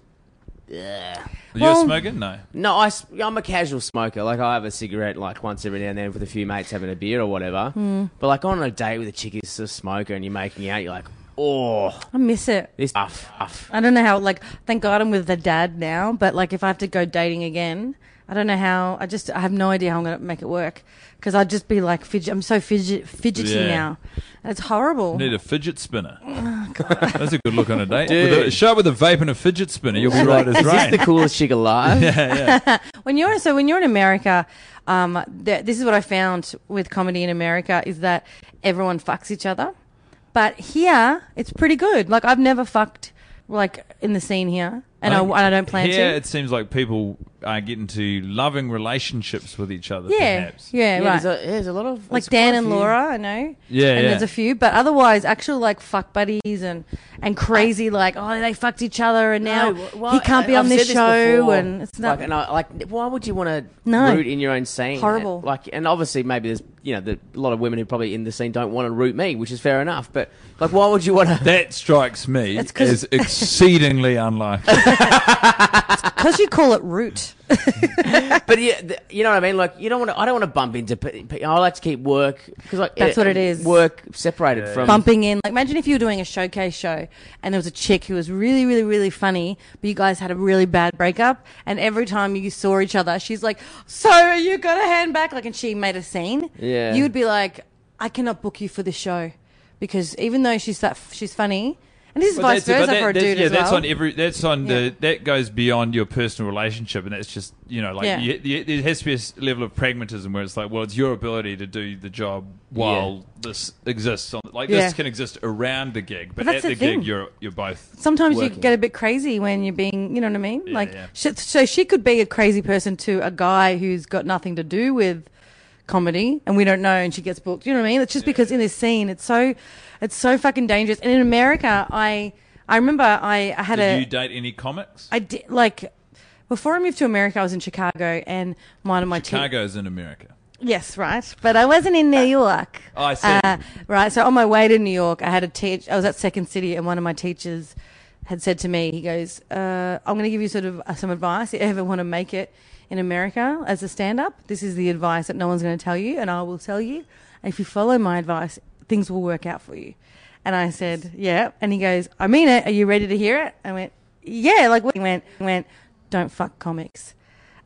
[SPEAKER 2] Ugh.
[SPEAKER 3] You're
[SPEAKER 1] Well-
[SPEAKER 3] smoking? No.
[SPEAKER 2] No, I, am a casual smoker. Like, I have a cigarette, like, once every now and then with a few mates having a beer or whatever.
[SPEAKER 1] Hmm.
[SPEAKER 2] But, like, on a date with a chick who's a smoker and you're making out, you're like, oh,
[SPEAKER 1] I miss it.
[SPEAKER 2] this stuff. stuff.
[SPEAKER 1] I don't know how. Like, thank God I'm with the dad now. But like, if I have to go dating again, I don't know how. I just I have no idea how I'm gonna make it work because I'd just be like fidget. I'm so fidget fidgety
[SPEAKER 3] Yeah.
[SPEAKER 1] now. And it's horrible.
[SPEAKER 3] Need a fidget spinner.
[SPEAKER 1] Oh,
[SPEAKER 3] That's a good look on a date. With a,
[SPEAKER 2] Dude.
[SPEAKER 3] show up with a vape and a fidget spinner. You'll be right as
[SPEAKER 2] Is this
[SPEAKER 3] rain.
[SPEAKER 2] the coolest chick alive?
[SPEAKER 1] When you're so when you're in America, um, th- this is what I found with comedy in America is that everyone fucks each other, but here it's pretty good. Like I've never fucked like in the scene here, and I,
[SPEAKER 3] think
[SPEAKER 1] and I don't plan
[SPEAKER 3] here
[SPEAKER 1] to.
[SPEAKER 3] it seems like people are getting to loving relationships with each other.
[SPEAKER 1] yeah,
[SPEAKER 3] perhaps.
[SPEAKER 1] yeah, right.
[SPEAKER 2] There's, a, yeah, there's a lot of
[SPEAKER 1] like
[SPEAKER 2] there's quite
[SPEAKER 1] Dan
[SPEAKER 2] a
[SPEAKER 1] and
[SPEAKER 2] few.
[SPEAKER 1] Laura, I know.
[SPEAKER 3] Yeah,
[SPEAKER 1] and
[SPEAKER 3] yeah.
[SPEAKER 1] there's a few, but otherwise, actual like fuck buddies and and crazy like oh they fucked each other and now
[SPEAKER 2] No, wh- why-
[SPEAKER 1] he can't be
[SPEAKER 2] I-
[SPEAKER 1] on
[SPEAKER 2] I've
[SPEAKER 1] this
[SPEAKER 2] said
[SPEAKER 1] show
[SPEAKER 2] before.
[SPEAKER 1] and it's not
[SPEAKER 2] like, and I, like why would you want to
[SPEAKER 1] No.
[SPEAKER 2] root in your own scene?
[SPEAKER 1] Horrible.
[SPEAKER 2] And, like, and obviously maybe there's you know the, a lot of women who probably in the scene don't want to root me, which is fair enough. But like, why would you want to?
[SPEAKER 3] That strikes me
[SPEAKER 1] It's 'cause-
[SPEAKER 3] as exceedingly unlikely.
[SPEAKER 1] because you call it root.
[SPEAKER 2] But yeah, th- you know what I mean. Like, you don't want to. I don't want to bump into. pe- pe- I like to keep work because like
[SPEAKER 1] That's what it is.
[SPEAKER 2] Work separated from
[SPEAKER 1] bumping in. Like, imagine if you were doing a showcase show and there was a chick who was really, really, really funny, but you guys had a really bad breakup. And every time you saw each other, she's like, So are you got a hand back? Like, and she made a scene.
[SPEAKER 2] Yeah.
[SPEAKER 1] You would be like, I cannot book you for this show because even though she's that, she's funny, and this is
[SPEAKER 3] Well,
[SPEAKER 1] vice
[SPEAKER 3] that's-
[SPEAKER 1] versa
[SPEAKER 3] but that-
[SPEAKER 1] for a
[SPEAKER 3] that's-
[SPEAKER 1] dude
[SPEAKER 3] yeah,
[SPEAKER 1] as well.
[SPEAKER 3] that's on every. That's on
[SPEAKER 1] Yeah.
[SPEAKER 3] the. That goes beyond your personal relationship, and that's just you know, like
[SPEAKER 1] Yeah.
[SPEAKER 3] you, you, there has to be a s- level of pragmatism where it's like, well, it's your ability to do the job while this exists. On, like
[SPEAKER 1] Yeah.
[SPEAKER 3] this can exist around the gig, but,
[SPEAKER 1] that's
[SPEAKER 3] at
[SPEAKER 1] the
[SPEAKER 3] the,
[SPEAKER 1] thing.
[SPEAKER 3] gig, you're you're both.
[SPEAKER 1] Sometimes you
[SPEAKER 2] working.
[SPEAKER 1] get a bit crazy when you're being, you know what I mean?
[SPEAKER 3] Yeah,
[SPEAKER 1] like,
[SPEAKER 3] yeah.
[SPEAKER 1] She, so she could be a crazy person to a guy who's got nothing to do with comedy, and we don't know, and she gets booked. You know what I mean? It's just because in this scene, it's so, it's so fucking dangerous. And in America, I, I remember I, I had
[SPEAKER 3] Did
[SPEAKER 1] a,
[SPEAKER 3] you date any comics?
[SPEAKER 1] I did like, before I moved to America, I was in Chicago, and one of my two-
[SPEAKER 3] Chicago's in America.
[SPEAKER 1] Yes, right. But I wasn't in New York. Uh,
[SPEAKER 3] Oh, I see.
[SPEAKER 1] right. So on my way to New York, I had a teach. I was at Second City, and one of my teachers had said to me, "He goes, uh, I'm going to give you sort of uh, some advice. If you ever want to make it in America as a stand-up, this is the advice that no one's going to tell you, and I will tell you. If you follow my advice, things will work out for you." And I said, "Yeah." And he goes, "I mean it. Are you ready to hear it?" I went, "Yeah." Like he went, he went, "Don't fuck comics."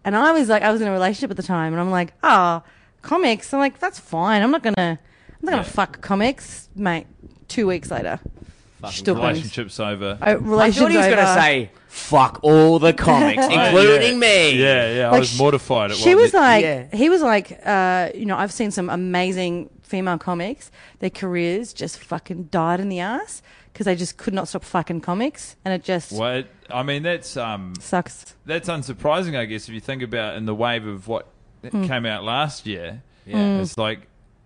[SPEAKER 1] And I was like, I was in a relationship at the time, and I'm like, ah, comics. I'm like, that's fine. I'm not gonna, I'm not gonna
[SPEAKER 3] Yeah.
[SPEAKER 1] fuck comics, mate. Two weeks later, Stuppens.
[SPEAKER 3] Relationships over.
[SPEAKER 1] Oh,
[SPEAKER 2] I thought
[SPEAKER 1] relationship's
[SPEAKER 2] he was going to
[SPEAKER 1] over.
[SPEAKER 2] say fuck all the comics, including
[SPEAKER 3] Oh,
[SPEAKER 2] me.
[SPEAKER 3] Yeah. Yeah, yeah. I
[SPEAKER 1] Like,
[SPEAKER 3] was
[SPEAKER 1] sh-
[SPEAKER 3] mortified. At
[SPEAKER 1] She
[SPEAKER 3] what
[SPEAKER 1] was
[SPEAKER 3] the-
[SPEAKER 1] like,
[SPEAKER 2] Yeah.
[SPEAKER 1] he was like, uh, you know, I've seen some amazing female comics. Their careers just fucking died in the ass because they just could not stop fucking comics, and it just
[SPEAKER 3] What? I mean, that's um,
[SPEAKER 1] sucks.
[SPEAKER 3] that's unsurprising, I guess, if you think about in the wave of what
[SPEAKER 1] Hmm.
[SPEAKER 3] came out last year.
[SPEAKER 2] Mm.
[SPEAKER 3] it's like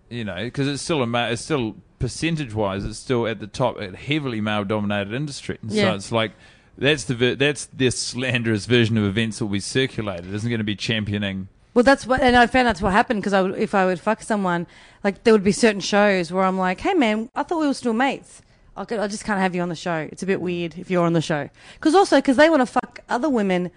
[SPEAKER 3] you know because it's still a ma- it's still percentage wise it's still at the top a heavily male dominated industry, and
[SPEAKER 1] Yeah.
[SPEAKER 3] so it's like. That's the ver- that's this slanderous version of events that will be circulated. It isn't going to be championing.
[SPEAKER 1] Well, that's what, and I found that's what happened because I would, if I would fuck someone, like there would be certain shows where I'm like, hey man, I thought we were still mates. I, could, I just can't have you on the show. It's a bit weird if you're on the show. Because also, because they want to fuck other women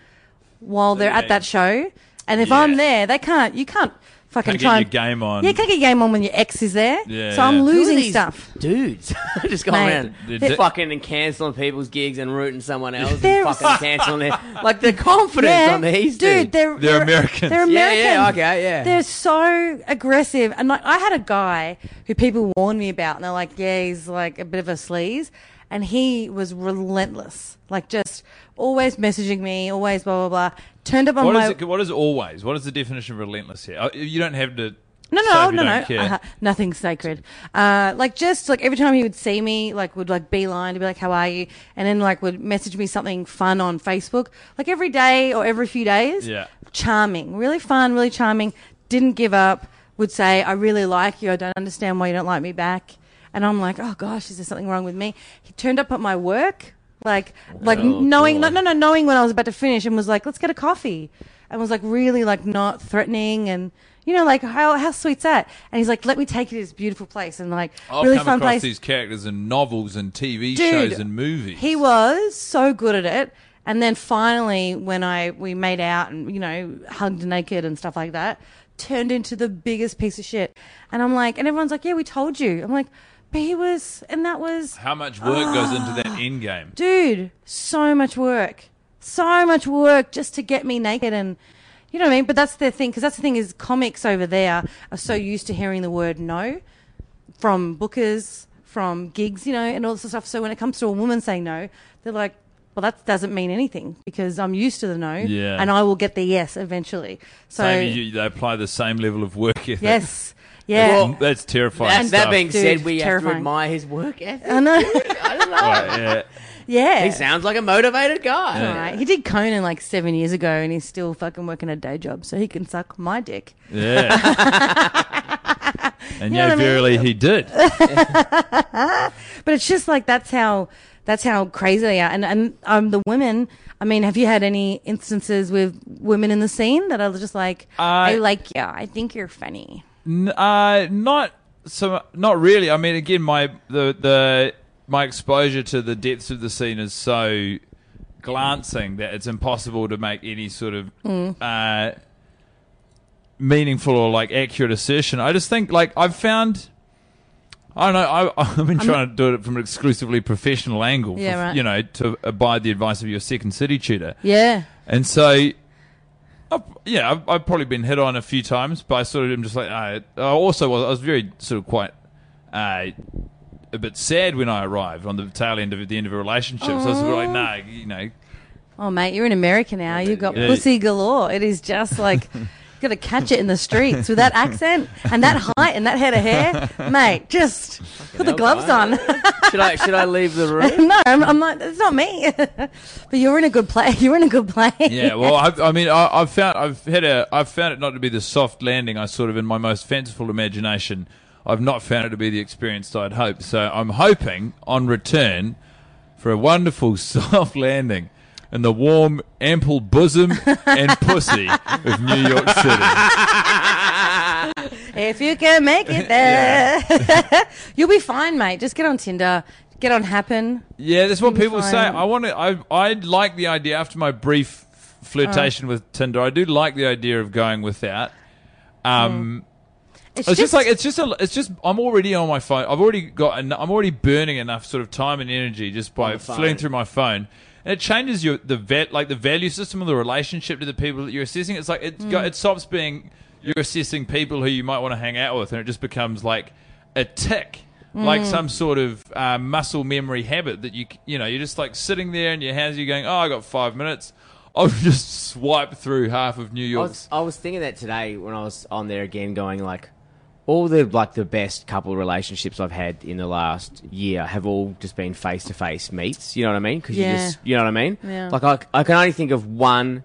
[SPEAKER 1] while they're at
[SPEAKER 3] Yeah.
[SPEAKER 1] that show. And if
[SPEAKER 3] Yeah.
[SPEAKER 1] I'm there, they can't, you can't fucking
[SPEAKER 3] Can't get
[SPEAKER 1] try
[SPEAKER 3] your
[SPEAKER 1] and.
[SPEAKER 3] game on.
[SPEAKER 1] Yeah, can't get your game on when your ex is there.
[SPEAKER 3] Yeah,
[SPEAKER 1] so I'm
[SPEAKER 3] yeah.
[SPEAKER 2] Who are
[SPEAKER 1] losing
[SPEAKER 2] these
[SPEAKER 1] stuff.
[SPEAKER 2] Dudes just going
[SPEAKER 1] Mate.
[SPEAKER 2] around
[SPEAKER 3] The- the-
[SPEAKER 2] fucking and cancelling people's gigs and rooting someone else
[SPEAKER 1] They're-
[SPEAKER 2] and fucking cancelling their like the confidence on these dudes.
[SPEAKER 1] dude, they're,
[SPEAKER 3] They're Americans.
[SPEAKER 1] They're
[SPEAKER 2] Yeah,
[SPEAKER 1] Americans.
[SPEAKER 2] yeah, okay, yeah.
[SPEAKER 1] They're so aggressive. And like, I had a guy who people warned me about, and they're like, yeah, he's like a bit of a sleaze. And he was relentless, like just always messaging me, always blah, blah, blah. Turned up on
[SPEAKER 3] What
[SPEAKER 1] my.
[SPEAKER 3] is it? What is always? What is the definition of relentless here? Uh, You don't have to.
[SPEAKER 1] No,
[SPEAKER 3] say
[SPEAKER 1] no,
[SPEAKER 3] if you
[SPEAKER 1] no, no.
[SPEAKER 3] don't care.
[SPEAKER 1] Uh-huh. Nothing's sacred. Uh, like just like every time he would see me, like would like beeline to be like, "How are you?" and then like would message me something fun on Facebook, like every day or every few days.
[SPEAKER 3] Yeah.
[SPEAKER 1] Charming, really fun, really charming. Didn't give up. would say, I really like you. I don't understand why you don't like me back. And I'm like, oh gosh, is there something wrong with me? He turned up at my work, like, like
[SPEAKER 2] Oh,
[SPEAKER 1] knowing, no,
[SPEAKER 2] God.
[SPEAKER 1] no, no, knowing when I was about to finish and was like, let's get a coffee. And was like, really like not threatening and, you know, like how, how sweet's that? And he's like, let me take you to this beautiful place and like
[SPEAKER 3] I've
[SPEAKER 1] really
[SPEAKER 3] come
[SPEAKER 1] fun
[SPEAKER 3] across
[SPEAKER 1] place.
[SPEAKER 3] these characters in novels and TV
[SPEAKER 1] Dude,
[SPEAKER 3] shows and movies.
[SPEAKER 1] He was so good at it. And then finally, when I we made out and you know hugged naked and stuff like that, turned into the biggest piece of shit. And I'm like, and everyone's like, yeah, we told you. I'm like, but he was, and that was,
[SPEAKER 3] How much work goes into
[SPEAKER 1] Ah.
[SPEAKER 3] that end game?
[SPEAKER 1] dude, so much work, so much work just to get me naked and. You know what I mean? But that's the thing, because that's the thing is comics over there are so used to hearing the word no from bookers, from gigs, you know, and all this stuff. So when it comes to a woman saying no, they're like, well, that doesn't mean anything because I'm used to the no,
[SPEAKER 3] Yeah.
[SPEAKER 1] and I will get the yes eventually. So
[SPEAKER 3] Same, you, they apply the same level of work ethic.
[SPEAKER 1] yes, yeah,
[SPEAKER 3] Well, that's terrifying.
[SPEAKER 2] That,
[SPEAKER 3] stuff.
[SPEAKER 2] that being said,
[SPEAKER 1] Dude,
[SPEAKER 2] we have
[SPEAKER 1] terrifying.
[SPEAKER 2] to admire his work ethic.
[SPEAKER 1] I know.
[SPEAKER 3] Right, yeah.
[SPEAKER 1] yeah.
[SPEAKER 2] He sounds like a motivated guy.
[SPEAKER 1] All right. He did Conan like seven years ago, and he's still fucking working a day job, so he can suck my dick.
[SPEAKER 3] Yeah. and
[SPEAKER 1] know what
[SPEAKER 3] yeah,
[SPEAKER 1] I mean?
[SPEAKER 3] verily he did.
[SPEAKER 1] But it's just like that's how that's how crazy they are. And and um, the women. I mean, have you had any instances with women in the scene that are just like,
[SPEAKER 3] Uh,
[SPEAKER 1] I like you. I think you're funny.
[SPEAKER 3] N- uh, not so. Not really. I mean, again, my the the my exposure to the depths of the scene is so glancing that it's impossible to make any sort of
[SPEAKER 1] Hmm.
[SPEAKER 3] uh, meaningful or like accurate assertion. I just think like I've found. I don't know. I, I've been trying to do it from an exclusively professional angle,
[SPEAKER 1] Yeah,
[SPEAKER 3] for-
[SPEAKER 1] right.
[SPEAKER 3] you know, to abide the advice of your second city tutor.
[SPEAKER 1] Yeah.
[SPEAKER 3] And so, I've, yeah, I've, I've probably been hit on a few times, but I sort of am just like, I, I also was, I was very sort of quite uh, a bit sad when I arrived on the tail end of at the end of a relationship. So I was sort of like, nah, you know,
[SPEAKER 1] Oh mate, you're an American now. You've got
[SPEAKER 3] Yeah.
[SPEAKER 1] pussy galore. It is just like you got to catch it in the streets with that accent and that height and that head of hair, mate. Just put the
[SPEAKER 2] hell,
[SPEAKER 1] gloves
[SPEAKER 2] guy.
[SPEAKER 1] on.
[SPEAKER 2] Should I should I leave the room?
[SPEAKER 1] no, I'm, I'm not. It's not me. but you're in a good place. You're in a good place.
[SPEAKER 3] yeah. Well, I, I mean, I, I've found I've had a I've found it not to be the soft landing. I sort of in my most fanciful imagination, I've not found it to be the experience I'd hoped. So I'm hoping on return for a wonderful soft landing. In the warm, ample bosom and pussy of New York City.
[SPEAKER 1] If you can make it there, you'll be fine, mate. Just get on Tinder. Get on Happen.
[SPEAKER 3] Yeah, that's what people say.
[SPEAKER 1] fine.
[SPEAKER 3] I want to. I I like the idea after my brief flirtation with Tinder. I do like the idea of going without. Um,
[SPEAKER 1] It's,
[SPEAKER 3] It's just, like it's just a, it's just I'm already on my phone. I've already got en- I'm already burning enough sort of time and energy just by
[SPEAKER 2] the phone.
[SPEAKER 3] fleeing through my phone. And it changes your the vet like the value system of the relationship to the people that you're assessing. It's like it go, it stops being you're assessing people who you might want to hang out with, and it just becomes like a tick, like some sort of uh, muscle memory habit that you c- you know you're just like sitting there in your hands, you're going, oh, I got five minutes. I'll just swipe through half of New
[SPEAKER 2] I
[SPEAKER 3] York.
[SPEAKER 2] was, I was thinking that today when I was on there again, going like, all the like the best couple relationships I've had in the last year have all just been face to face meets. You know what I mean? 'Cause
[SPEAKER 1] Yeah.
[SPEAKER 2] you just, you know what I mean?
[SPEAKER 1] Yeah.
[SPEAKER 2] Like I, I can only think of one,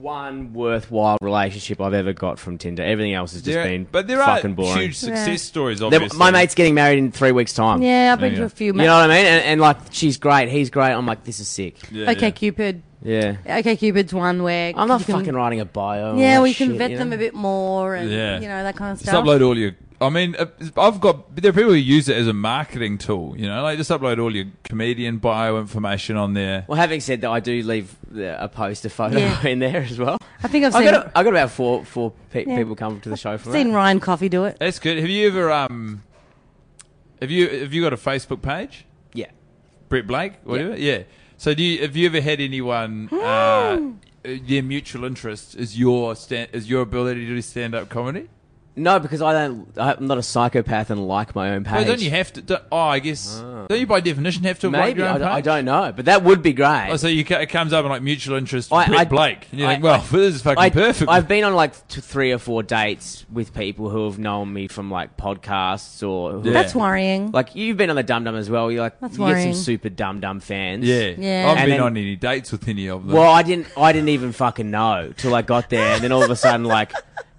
[SPEAKER 2] one worthwhile relationship I've ever got from Tinder. Everything else has just
[SPEAKER 3] There-
[SPEAKER 2] been
[SPEAKER 3] but there
[SPEAKER 2] fucking
[SPEAKER 3] are
[SPEAKER 2] boring.
[SPEAKER 3] huge success
[SPEAKER 1] Yeah.
[SPEAKER 3] stories.
[SPEAKER 2] There-
[SPEAKER 3] Obviously,
[SPEAKER 2] my mate's getting married in three weeks' time.
[SPEAKER 1] yeah, I've been
[SPEAKER 3] Yeah.
[SPEAKER 1] to a few.
[SPEAKER 2] You
[SPEAKER 1] ma-
[SPEAKER 2] know what I mean? And, and like she's great, he's great. I'm like, this is sick.
[SPEAKER 3] Yeah,
[SPEAKER 1] okay,
[SPEAKER 3] yeah.
[SPEAKER 1] Cupid.
[SPEAKER 2] Yeah.
[SPEAKER 1] Okay, Cupid's one where
[SPEAKER 2] I'm not
[SPEAKER 1] you can-
[SPEAKER 2] fucking writing a bio. and all
[SPEAKER 1] Yeah,
[SPEAKER 2] that
[SPEAKER 1] well, you can
[SPEAKER 2] shit,
[SPEAKER 1] vet
[SPEAKER 2] you
[SPEAKER 1] them
[SPEAKER 2] know?
[SPEAKER 1] a bit more, and
[SPEAKER 3] Yeah.
[SPEAKER 1] you know that kind of
[SPEAKER 3] Just
[SPEAKER 1] stuff.
[SPEAKER 3] upload all your. I mean, uh, I've got there are people who use it as a marketing tool. You know, like just upload all your comedian bio information on there.
[SPEAKER 2] Well, having said that, I do leave the, a poster photo
[SPEAKER 1] Yeah.
[SPEAKER 2] in there as well.
[SPEAKER 1] I think I've
[SPEAKER 2] I've
[SPEAKER 1] seen
[SPEAKER 2] got, a, I've got about four four pe-
[SPEAKER 1] Yeah.
[SPEAKER 2] people come to the show for
[SPEAKER 1] seen
[SPEAKER 2] that.
[SPEAKER 1] Ryan Coffee do it.
[SPEAKER 3] That's good. Have you ever um, have you have you got a Facebook page,
[SPEAKER 2] Yeah,
[SPEAKER 3] Brett Blake, whatever? Yeah. So do you have you ever had anyone?
[SPEAKER 1] Hmm.
[SPEAKER 3] Uh, their mutual interest is your stand, is your ability to do stand up comedy.
[SPEAKER 2] no, because I don't. I'm not a psychopath and like my own page.
[SPEAKER 3] Well, don't you have to? Don't, oh, I guess don't you by definition have to like
[SPEAKER 2] Maybe
[SPEAKER 3] your
[SPEAKER 2] I,
[SPEAKER 3] own
[SPEAKER 2] d- I
[SPEAKER 3] page?
[SPEAKER 2] don't know, but that would be great.
[SPEAKER 3] Oh, so you ca- it comes up in like mutual interest,
[SPEAKER 2] I-
[SPEAKER 3] with Brett
[SPEAKER 2] I-
[SPEAKER 3] Blake. And you
[SPEAKER 2] I-
[SPEAKER 3] think, well, this is fucking
[SPEAKER 2] I,
[SPEAKER 3] perfect.
[SPEAKER 2] I've been on like t- three or four dates with people who have known me from like podcasts or who,
[SPEAKER 3] Yeah.
[SPEAKER 1] That's worrying.
[SPEAKER 2] like you've been on the Dum Dum as well. You're like
[SPEAKER 1] That's
[SPEAKER 2] you get
[SPEAKER 1] worrying.
[SPEAKER 2] some super Dum Dum fans.
[SPEAKER 1] Yeah.
[SPEAKER 3] Yeah. I
[SPEAKER 2] And
[SPEAKER 3] haven't been
[SPEAKER 2] then-
[SPEAKER 3] on any dates with any of them.
[SPEAKER 2] Well, I didn't. I didn't even fucking know till I got there, and then all of a sudden, like,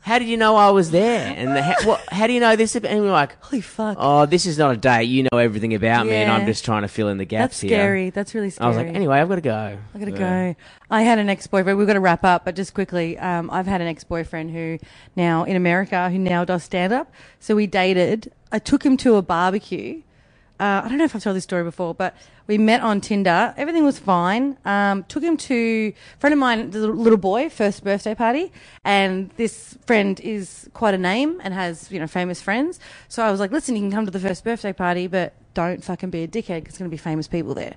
[SPEAKER 2] how did you know I was there? And the, how, what, how do you know this? ab-" And we're like,
[SPEAKER 1] Holy fuck.
[SPEAKER 2] oh, this is not a day. You know everything about me, and
[SPEAKER 1] Yeah.
[SPEAKER 2] I'm just trying to fill in the
[SPEAKER 1] That's
[SPEAKER 2] gaps here.
[SPEAKER 1] scary. That's really
[SPEAKER 2] I
[SPEAKER 1] scary.
[SPEAKER 2] was like, anyway, I've got to go.
[SPEAKER 1] I gotta go. I had an ex-boyfriend. We've got to wrap up, but just quickly, um, I've had an ex-boyfriend who now in America who now does stand up. So we dated. I took him to a barbecue. Uh, I don't know if I've told this story before, but we met on Tinder. Everything was fine. Um, took him to a friend of mine, the little boy, first birthday party, and this friend is quite a name and has you know famous friends. So I was like, listen, you can come to the first birthday party, but don't fucking be a dickhead. 'cause It's going to be famous people there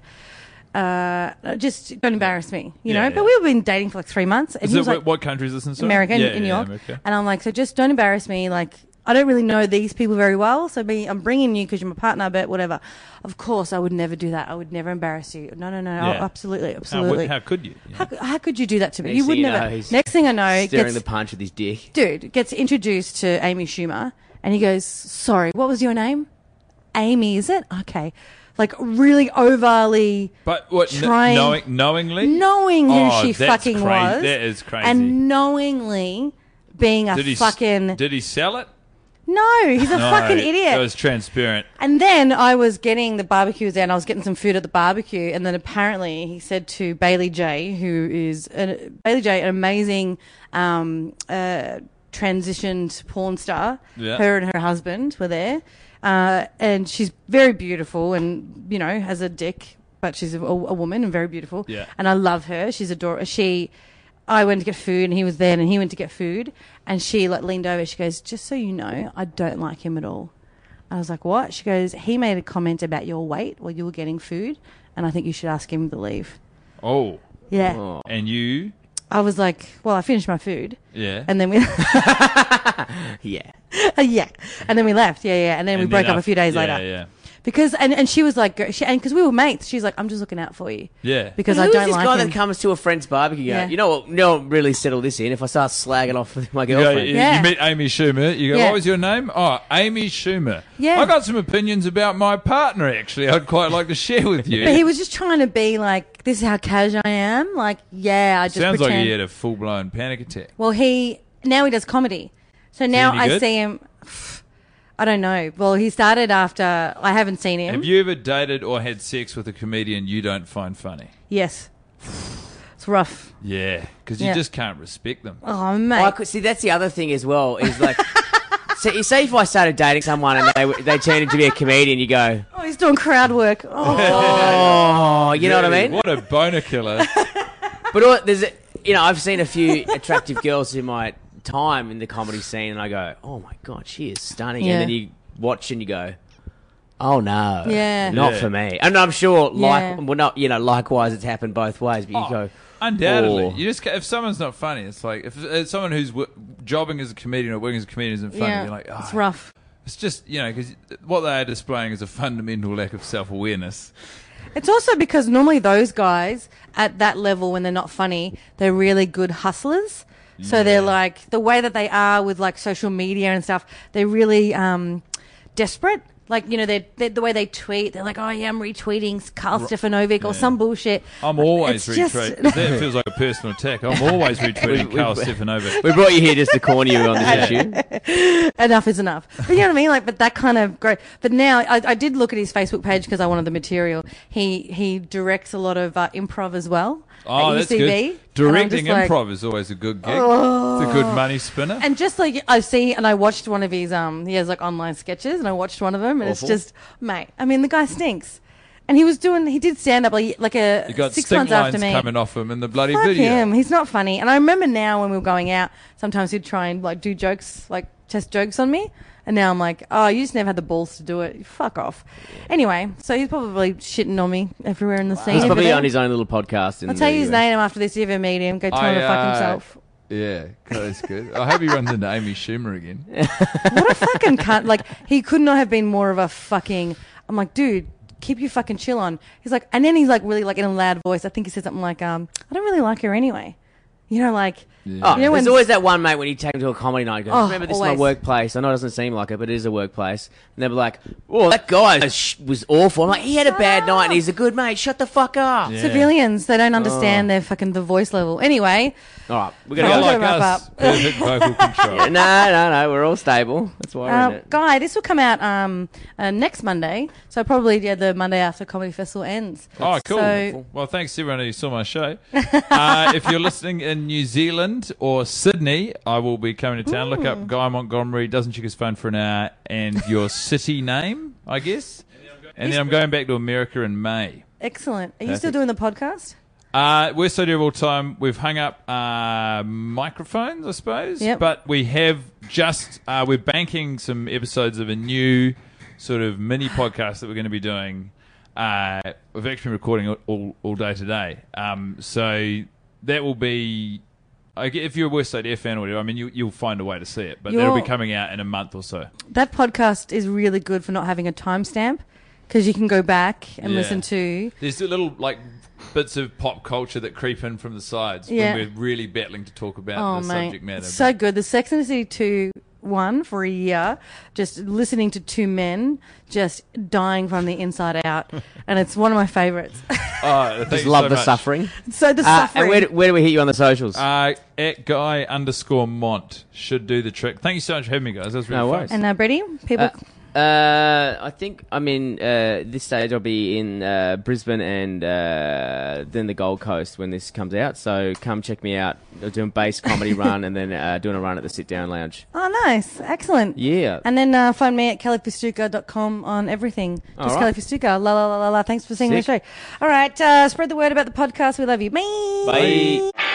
[SPEAKER 1] uh, just don't embarrass me, you
[SPEAKER 3] Yeah,
[SPEAKER 1] know.
[SPEAKER 3] yeah.
[SPEAKER 1] But we've been dating for like three months, and
[SPEAKER 3] Is
[SPEAKER 1] he
[SPEAKER 3] it,
[SPEAKER 1] was like
[SPEAKER 3] what, what country is this in? sorry?
[SPEAKER 1] American
[SPEAKER 3] yeah,
[SPEAKER 1] in New
[SPEAKER 3] yeah,
[SPEAKER 1] York,
[SPEAKER 3] America.
[SPEAKER 1] and I'm like, so just don't embarrass me. Like, I don't really know these people very well, so me, I'm bringing you because you're my partner, but whatever. Of course, I would never do that. I would never embarrass you. No, no, no, oh,
[SPEAKER 3] Yeah.
[SPEAKER 1] absolutely,
[SPEAKER 3] How would-
[SPEAKER 1] absolutely.
[SPEAKER 3] How, could you? Yeah.
[SPEAKER 1] How, could- how could you do that to me?
[SPEAKER 2] Next
[SPEAKER 1] you would
[SPEAKER 2] thing you
[SPEAKER 1] never.
[SPEAKER 2] know, he's
[SPEAKER 1] Next thing I know, it
[SPEAKER 2] Staring
[SPEAKER 1] gets
[SPEAKER 2] the punch with his dick.
[SPEAKER 1] dude gets introduced to Amy Schumer and he goes, Sorry, what was your name? Amy, is it? Okay. Like really overly
[SPEAKER 3] But what? kn-
[SPEAKER 1] Trying-
[SPEAKER 3] knowing, knowingly?
[SPEAKER 1] knowing who
[SPEAKER 3] Oh,
[SPEAKER 1] she
[SPEAKER 3] that's
[SPEAKER 1] fucking
[SPEAKER 3] crazy.
[SPEAKER 1] was.
[SPEAKER 3] That is crazy.
[SPEAKER 1] And knowingly being a
[SPEAKER 3] Did he s-
[SPEAKER 1] fucking
[SPEAKER 3] Did he sell it?
[SPEAKER 1] No, he's a
[SPEAKER 3] No,
[SPEAKER 1] fucking
[SPEAKER 3] It
[SPEAKER 1] idiot.
[SPEAKER 3] was transparent.
[SPEAKER 1] And then I was getting the barbecues there and I was getting some food at the barbecue. And then apparently he said to Bailey J, who is an, Bailey J, an amazing um, uh, transitioned porn star.
[SPEAKER 3] Yeah.
[SPEAKER 1] Her and her husband were there. Uh, and she's very beautiful and, you know, has a dick, but she's a, a woman and very beautiful.
[SPEAKER 3] Yeah.
[SPEAKER 1] And I love her. She's adorable. She. I went to get food and he was there and he went to get food and she like leaned over she goes just so you know I don't like him at all I was like, what? She goes, he made a comment about your weight while you were getting food, and I think you should ask him to leave.
[SPEAKER 3] Oh,
[SPEAKER 1] Yeah.
[SPEAKER 2] Oh.
[SPEAKER 3] and you?
[SPEAKER 1] I was like, well, I finished my food.
[SPEAKER 3] Yeah.
[SPEAKER 1] And then we,
[SPEAKER 2] Yeah.
[SPEAKER 1] yeah. And then we left. Yeah, yeah. And then we
[SPEAKER 3] And
[SPEAKER 1] broke
[SPEAKER 3] then
[SPEAKER 1] up a
[SPEAKER 3] af-
[SPEAKER 1] few days
[SPEAKER 3] yeah,
[SPEAKER 1] later.
[SPEAKER 3] Yeah.
[SPEAKER 1] Because, and, and she was like, she, and because we were mates, she's like, I'm just looking out for you.
[SPEAKER 3] Yeah.
[SPEAKER 1] Because I
[SPEAKER 2] Who's
[SPEAKER 1] don't
[SPEAKER 2] this
[SPEAKER 1] like
[SPEAKER 2] guy
[SPEAKER 1] him.
[SPEAKER 2] that comes to a friend's barbecue? going,
[SPEAKER 1] Yeah.
[SPEAKER 2] You know what? No, really settle this in. If I start slagging off with my
[SPEAKER 3] You, go,
[SPEAKER 2] girlfriend,
[SPEAKER 3] you-
[SPEAKER 1] Yeah.
[SPEAKER 3] you meet Amy Schumer. You go,
[SPEAKER 1] Yeah.
[SPEAKER 3] what was your name? Oh, Amy Schumer.
[SPEAKER 1] Yeah.
[SPEAKER 3] I got some opinions about my partner, actually. I'd quite like to share with you.
[SPEAKER 1] but he was just trying to be like, this is how casual I am. Like, yeah, I just
[SPEAKER 3] Sounds
[SPEAKER 1] pretend. Mm-hmm.
[SPEAKER 3] like he had a full blown panic attack.
[SPEAKER 1] Well, he now he does comedy. So now
[SPEAKER 3] any
[SPEAKER 1] I
[SPEAKER 3] good?
[SPEAKER 1] see him. I don't know. Well, he started after I haven't seen him.
[SPEAKER 3] Have you ever dated or had sex with a comedian you don't find funny?
[SPEAKER 1] Yes, it's rough.
[SPEAKER 3] Yeah, because you
[SPEAKER 1] Yeah.
[SPEAKER 3] just can't respect them.
[SPEAKER 1] Oh mate,
[SPEAKER 2] I could see that's the other thing as well is like, so you say if I started dating someone and they were- they turned into be a comedian, you go,
[SPEAKER 1] oh, he's doing crowd work. Oh,
[SPEAKER 2] oh, you know what I
[SPEAKER 3] Really,
[SPEAKER 2] mean?
[SPEAKER 3] What a boner killer.
[SPEAKER 2] But all, there's, a, you know, I've seen a few attractive girls in my time in the comedy scene, and I go, oh my god, she is stunning.
[SPEAKER 1] Yeah.
[SPEAKER 2] And then you watch and you go. Oh no!
[SPEAKER 1] Yeah.
[SPEAKER 2] not
[SPEAKER 3] Yeah.
[SPEAKER 2] for me. And I'm sure, like,
[SPEAKER 1] Yeah.
[SPEAKER 2] well, not you know, likewise, it's happened both ways. But you
[SPEAKER 3] Oh,
[SPEAKER 2] go,
[SPEAKER 3] Undoubtedly,
[SPEAKER 2] Oh.
[SPEAKER 3] you just ca- if someone's not funny, it's like if it's someone who's w- jobbing as a comedian or working as a comedian isn't funny,
[SPEAKER 1] yeah,
[SPEAKER 3] you're like, oh,
[SPEAKER 1] it's rough.
[SPEAKER 3] It's just you know because what they are displaying is a fundamental lack of self awareness.
[SPEAKER 1] It's also because normally those guys at that level, when they're not funny, they're really good hustlers. So they're like the way that they are with like social media and stuff. They're really um, desperate. Like you know, they're, they're the way they tweet. They're like, "Oh yeah, I'm retweeting Carl Stefanovic or some bullshit."
[SPEAKER 3] I'm always
[SPEAKER 1] It's just-
[SPEAKER 3] retweeting. That feels like a personal attack. I'm always retweeting
[SPEAKER 2] We-
[SPEAKER 3] Carl
[SPEAKER 2] we-
[SPEAKER 3] Stefanovic.
[SPEAKER 2] we brought you here just to corner you on this issue.
[SPEAKER 1] enough is enough. But you know what I mean? Like, but that kind of great. But now I, I did look at his Facebook page because I wanted the material. He he directs a lot of uh, improv as well
[SPEAKER 3] Oh,
[SPEAKER 1] at
[SPEAKER 3] that's
[SPEAKER 1] UCB.
[SPEAKER 3] good.
[SPEAKER 1] And I'm
[SPEAKER 3] Directing
[SPEAKER 1] just like- Oh.
[SPEAKER 3] improv is always a good gig. It's a good money spinner.
[SPEAKER 1] And just like I see, and I watched one of his um, he has like online sketches, and I watched one of them, and
[SPEAKER 2] Awful.
[SPEAKER 1] it's just mate. I mean, the guy stinks, and he was doing he did stand up like like a
[SPEAKER 3] you got
[SPEAKER 1] six
[SPEAKER 3] stink
[SPEAKER 1] months
[SPEAKER 3] lines
[SPEAKER 1] after me.
[SPEAKER 3] coming off him in the bloody
[SPEAKER 1] Fuck
[SPEAKER 3] video.
[SPEAKER 1] him. He's not funny. And I remember now when we were going out, sometimes he'd try and like do jokes, like test jokes on me. And now I'm like, oh, you just never had the balls to do it. Fuck off. Anyway, so he's probably shitting on me everywhere in the scene.
[SPEAKER 2] He's
[SPEAKER 1] over
[SPEAKER 2] probably
[SPEAKER 1] there.
[SPEAKER 2] on his own little podcast. In
[SPEAKER 1] I'll tell
[SPEAKER 2] the
[SPEAKER 1] you his
[SPEAKER 2] US.
[SPEAKER 1] name after this. If you ever meet him, go tell him to
[SPEAKER 3] I,
[SPEAKER 1] fuck
[SPEAKER 3] uh,
[SPEAKER 1] himself.
[SPEAKER 3] Yeah, God, that's good. I hope he runs into Amy Schumer again.
[SPEAKER 1] What a fucking cunt! Like he could not have been more of a fucking. I'm like, dude, keep your fucking chill on. He's like, and then he's like really like in a loud voice. I think he said something like, um, I don't really like her anyway. You know, like
[SPEAKER 2] Oh,
[SPEAKER 1] You know
[SPEAKER 2] there's
[SPEAKER 1] when-
[SPEAKER 2] always that one mate when you take them to a comedy night. And goes,
[SPEAKER 1] Oh,
[SPEAKER 2] Remember, this is
[SPEAKER 1] always.
[SPEAKER 2] my workplace. I know it doesn't seem like it, but it is a workplace. And they'll be like, "Oh, that guy sh- was awful." I'm like, "He had a
[SPEAKER 1] Shut
[SPEAKER 2] bad night, and
[SPEAKER 1] up.
[SPEAKER 2] he's a good mate. Shut the fuck up."
[SPEAKER 3] Yeah.
[SPEAKER 1] civilians, they don't
[SPEAKER 3] Oh.
[SPEAKER 1] understand their fucking the voice level. Anyway,
[SPEAKER 2] All right, we're gonna
[SPEAKER 3] Not
[SPEAKER 1] I'll
[SPEAKER 2] go.
[SPEAKER 1] Hello.
[SPEAKER 3] like
[SPEAKER 1] wrap
[SPEAKER 3] us.
[SPEAKER 1] up.
[SPEAKER 3] Perfect vocal control.
[SPEAKER 2] no, no, no. We're all stable. That's why we're in
[SPEAKER 1] uh,
[SPEAKER 2] it.
[SPEAKER 1] Guy, this will come out um, uh, next Monday, so probably yeah, the Monday after Comedy Festival ends.
[SPEAKER 3] Oh, cool.
[SPEAKER 1] So-
[SPEAKER 3] well, thanks to everyone who saw my show. uh, if you're listening in New Zealand or Sydney, I will be coming to town. Look
[SPEAKER 1] Hmm.
[SPEAKER 3] up Guy Montgomery, doesn't check his phone for an hour, and your city name, I guess. And then I'm going back to America in May.
[SPEAKER 1] Excellent. Are you
[SPEAKER 3] Perfect.
[SPEAKER 1] still doing the podcast?
[SPEAKER 3] Uh, we're so terrible time. We've hung up uh, microphones, I suppose.
[SPEAKER 1] Yep.
[SPEAKER 3] But we have just, uh, we're banking some episodes of a new sort of mini podcast that we're going to be doing. Uh, we've actually been recording all, all, all day today. Um, so that will be, I gue- if you're a West Side Air fan or whatever, I mean, you, you'll find a way to see it. But that'll be
[SPEAKER 1] You're-
[SPEAKER 3] coming out in a month or so.
[SPEAKER 1] That podcast is really good for not having a timestamp because you can go back and
[SPEAKER 3] Yeah.
[SPEAKER 1] listen to.
[SPEAKER 3] There's the little, like, bits of pop culture that creep in from the sides
[SPEAKER 1] Yeah.
[SPEAKER 3] when we're really battling to talk about
[SPEAKER 1] Oh,
[SPEAKER 3] the
[SPEAKER 1] mate.
[SPEAKER 3] subject matter.
[SPEAKER 1] It's
[SPEAKER 3] But-
[SPEAKER 1] so good. The Sex and the City 2 one for a year, just listening to two men just dying from the inside out. and it's one of my favorites.
[SPEAKER 3] Oh, thank
[SPEAKER 2] Just
[SPEAKER 3] you
[SPEAKER 2] love
[SPEAKER 3] so
[SPEAKER 2] the
[SPEAKER 3] much.
[SPEAKER 2] suffering.
[SPEAKER 1] so the
[SPEAKER 2] Uh, and
[SPEAKER 1] suffering.
[SPEAKER 2] where, do- where do we hit you on the socials?
[SPEAKER 3] Uh, at guy underscore mont should do the trick. Thank you so much for having me, guys. That was really
[SPEAKER 2] No
[SPEAKER 3] fun.
[SPEAKER 2] worries.
[SPEAKER 1] and uh, Brady, people.
[SPEAKER 2] Uh, uh, I think I'm in uh, this stage. I'll be in uh, Brisbane and uh, then the Gold Coast when this comes out. So come check me out. I'm doing bass comedy run and then uh, doing a run at the Sit Down Lounge.
[SPEAKER 1] oh, nice. Excellent.
[SPEAKER 2] Yeah.
[SPEAKER 1] And then uh, find me at kellyfistuka.com on everything.
[SPEAKER 2] All
[SPEAKER 1] Just
[SPEAKER 2] right.
[SPEAKER 1] Kelly Fistuka. La, la, la, la, la. Thanks for seeing
[SPEAKER 2] Sick.
[SPEAKER 1] the show. All right. Uh, spread the word about the podcast. We love you. Bye.
[SPEAKER 2] Bye.